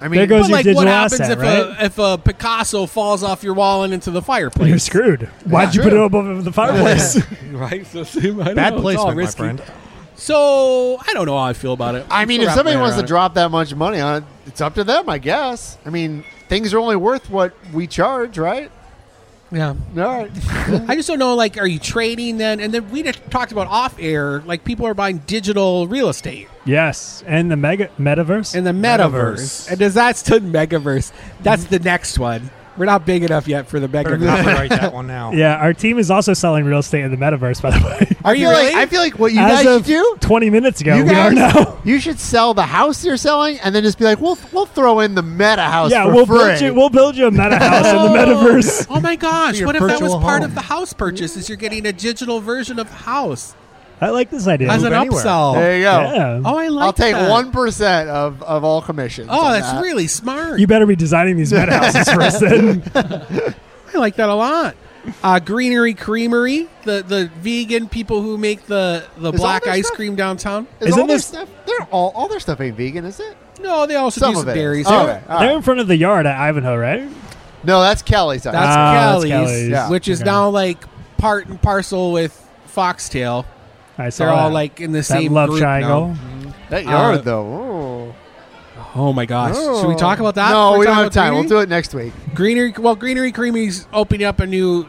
A: I mean,
D: There goes
B: But
D: your
B: like,
D: digital
B: what happens if
D: asset, right?
B: a if a Picasso falls off your wall and into the fireplace?
D: You're screwed. Why'd you put it
A: True.
D: above the fireplace?
B: right? So, I don't know, it's
E: Bad
B: all
E: placement, my
B: risky.
E: friend.
B: So I don't know how I feel about it.
A: I mean,
B: Still
A: if
B: wrapping
A: somebody
B: my
A: wants
B: head
A: to
B: around
A: drop that much money on it, it's up to them, I guess. I mean, things are only worth what we charge, right?
B: Yeah.
A: All right.
B: I just don't know. Like, are you trading then? And then we just talked about off air. Like, people are buying digital real estate
D: Yes, and the mega metaverse.
B: in the metaverse.
E: Metaverse.
B: And does that still megaverse? That's the next one. We're not big enough yet for the
E: Better
B: megaverse.
E: copyright that one now.
D: yeah, our team is also selling real estate in the metaverse. By the way,
B: Are you
A: I feel
B: really?
A: Like, I feel like what you
D: as
A: guys
D: of
A: should do.
D: twenty minutes ago,
A: You
D: we are
A: guys,
D: now.
A: you should sell the house you're selling, and then just be like, "We'll we'll throw in the meta house
D: Yeah,
A: for
D: we'll
A: free."
D: build you. We'll build you a meta house in the metaverse.
B: Oh my gosh!
E: Your
B: What if that was
E: virtual
B: part of
E: home.
B: the house purchase? Is you're getting a digital version of the house
D: I like this idea.
B: as an
E: anywhere.
B: upsell?
A: there you go.
D: yeah.
B: Oh, I like.
A: I'll take
B: that.
A: one percent of of all commissions.
B: Oh,
A: on
B: that's
A: that.
B: really smart.
D: You better be designing these meta houses for us then.
B: I like that a lot. Uh, Greenery Creamery, the the vegan people who make the the
A: Is all
B: black
A: their
B: ice
A: stuff-
B: cream downtown.
A: Is
D: Isn't
A: all their
D: this-
A: stuff? They're all all their stuff ain't vegan, is it?
B: No, they also
A: Some
B: do
A: of
B: some
A: it.
B: dairy.
A: is.
B: so-
A: Okay, all
D: They're
A: right.
D: in front of the yard at Ivanhoe, right?
A: No, that's Kelly's. house.
B: That's
D: Ah, that's
B: Kelly's,
D: Kelly's.
A: Yeah.
B: which is
D: Okay.
B: now like part and parcel with Foxtail.
D: I saw
B: They're all
D: that.
B: like in the
D: that
B: same
D: love
B: group
D: triangle.
B: now.
A: that yard
B: uh,
A: though.
B: Oh my gosh!
A: Ooh.
B: Should we talk about that?
A: No,
B: before
A: we don't
B: talk
A: have
B: about
A: time. We'll do it next week.
B: Greenery. Well, Greenery Creamery's opening up a new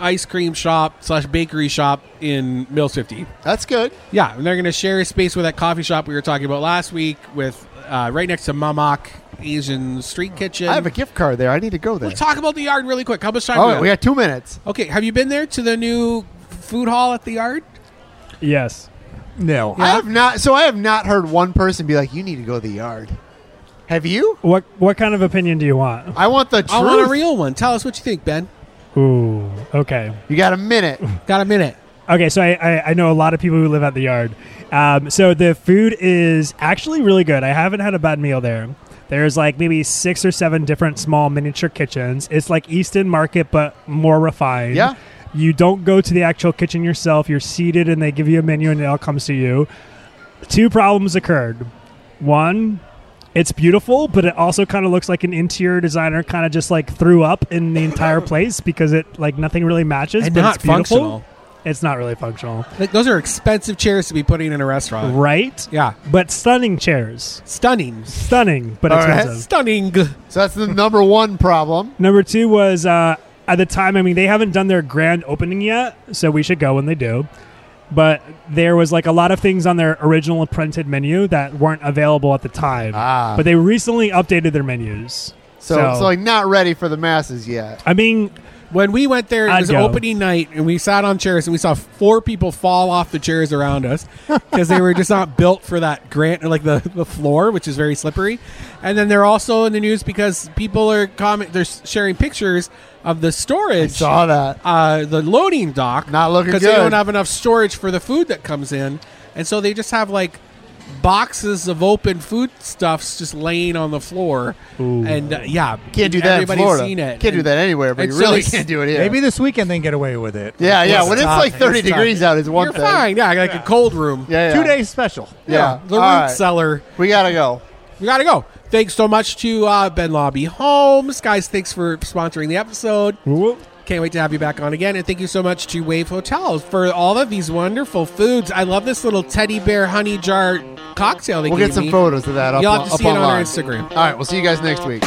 B: ice cream shop slash bakery shop in Mills Fifty.
A: That's good.
B: Yeah, and they're going to share a space with that coffee shop we were talking about last week, with uh, right next to Mamak Asian Street Kitchen.
A: I have a gift card there. I need to go there.
B: Let's talk about the yard really quick. How much time?
A: Oh,
B: do
A: we
B: we have?
A: got two minutes.
B: Okay, have you been there to the new food hall at the yard?
D: Yes.
E: No.
A: I have not. So I have not heard one person be like, "You need to go to the yard." Have you?
D: What what kind of opinion do you want?
A: I want the truth.
B: I want a real one. Tell us what you think, Ben.
D: Ooh. Okay.
A: you got a minute.
B: Got a minute?
D: Okay, so I, I, I know a lot of people who live at the yard. Um, so the food is actually really good. I haven't had a bad meal there. There's like maybe six or seven different small miniature kitchens. It's like Easton Market, but more refined.
A: Yeah.
D: You don't go to the actual kitchen yourself. You're seated and they give you a menu and it all comes to you. Two problems occurred. One, it's beautiful, but it also kind of looks like an interior designer kind of just like threw up in the entire place because it like nothing really matches.
B: And
D: but
B: not
D: it's beautiful.
B: functional.
D: It's not really functional,
B: Like, those are expensive chairs to be putting in a restaurant.
D: right?
B: Yeah,
D: But stunning chairs,
B: stunning,
D: stunning, but
A: All right.
D: expensive.
B: stunning.
A: So that's the number one problem.
D: Number two was uh, at the time. I mean, they haven't done their grand opening yet, so we should go when they do. But there was like a lot of things on their original printed menu that weren't available at the time.
A: Ah.
D: But they recently updated their menus.
A: So,
D: So-
A: so like not ready for the masses yet.
D: I mean,
B: When we went there, it
D: I'd
B: was
D: go.
B: opening night, and we sat on chairs, and we saw four people fall off the chairs around us because they were just not built for that grant, like the, the floor, which is very slippery. And then they're also in the news because people are comment, they're sharing pictures of the storage,
A: Saw that.
B: uh, the loading dock,
A: Not looking
B: they
A: good.
B: don't have enough storage for the food that comes in, and so they just have like boxes of open food stuffs just laying on the floor, and uh, yeah,
A: Can't do that in
B: Everybody's
A: Florida.
B: seen it.
A: Can't do
B: And-
A: that anywhere, but
B: and
A: you
B: so
A: really
B: they-
A: can't do it here.
E: Maybe this weekend they can get away with it.
A: Yeah, yeah.
E: Let's
A: When it's
E: stop.
A: like 30
E: Let's stop.
A: degrees out, is one
B: You're
A: thing.
B: fine. Yeah, like a cold room.
A: Yeah, yeah.
E: Two days special.
A: Yeah.
B: The
A: All
B: root
A: right.
B: cellar.
A: We gotta go.
B: We gotta go. Thanks so much to uh, Ben Lobby Homes, guys. Thanks for sponsoring the episode. Can't wait to have you back on again. And thank you so much to Wave Hotels for all of these wonderful foods. I love this little teddy bear honey jar cocktail. They
A: We'll
B: gave
A: get some
B: me.
A: photos of that. Up
B: You'll
A: on-
B: have to
A: up
B: see it on our
A: online.
B: Instagram.
A: All right. We'll see you guys next week.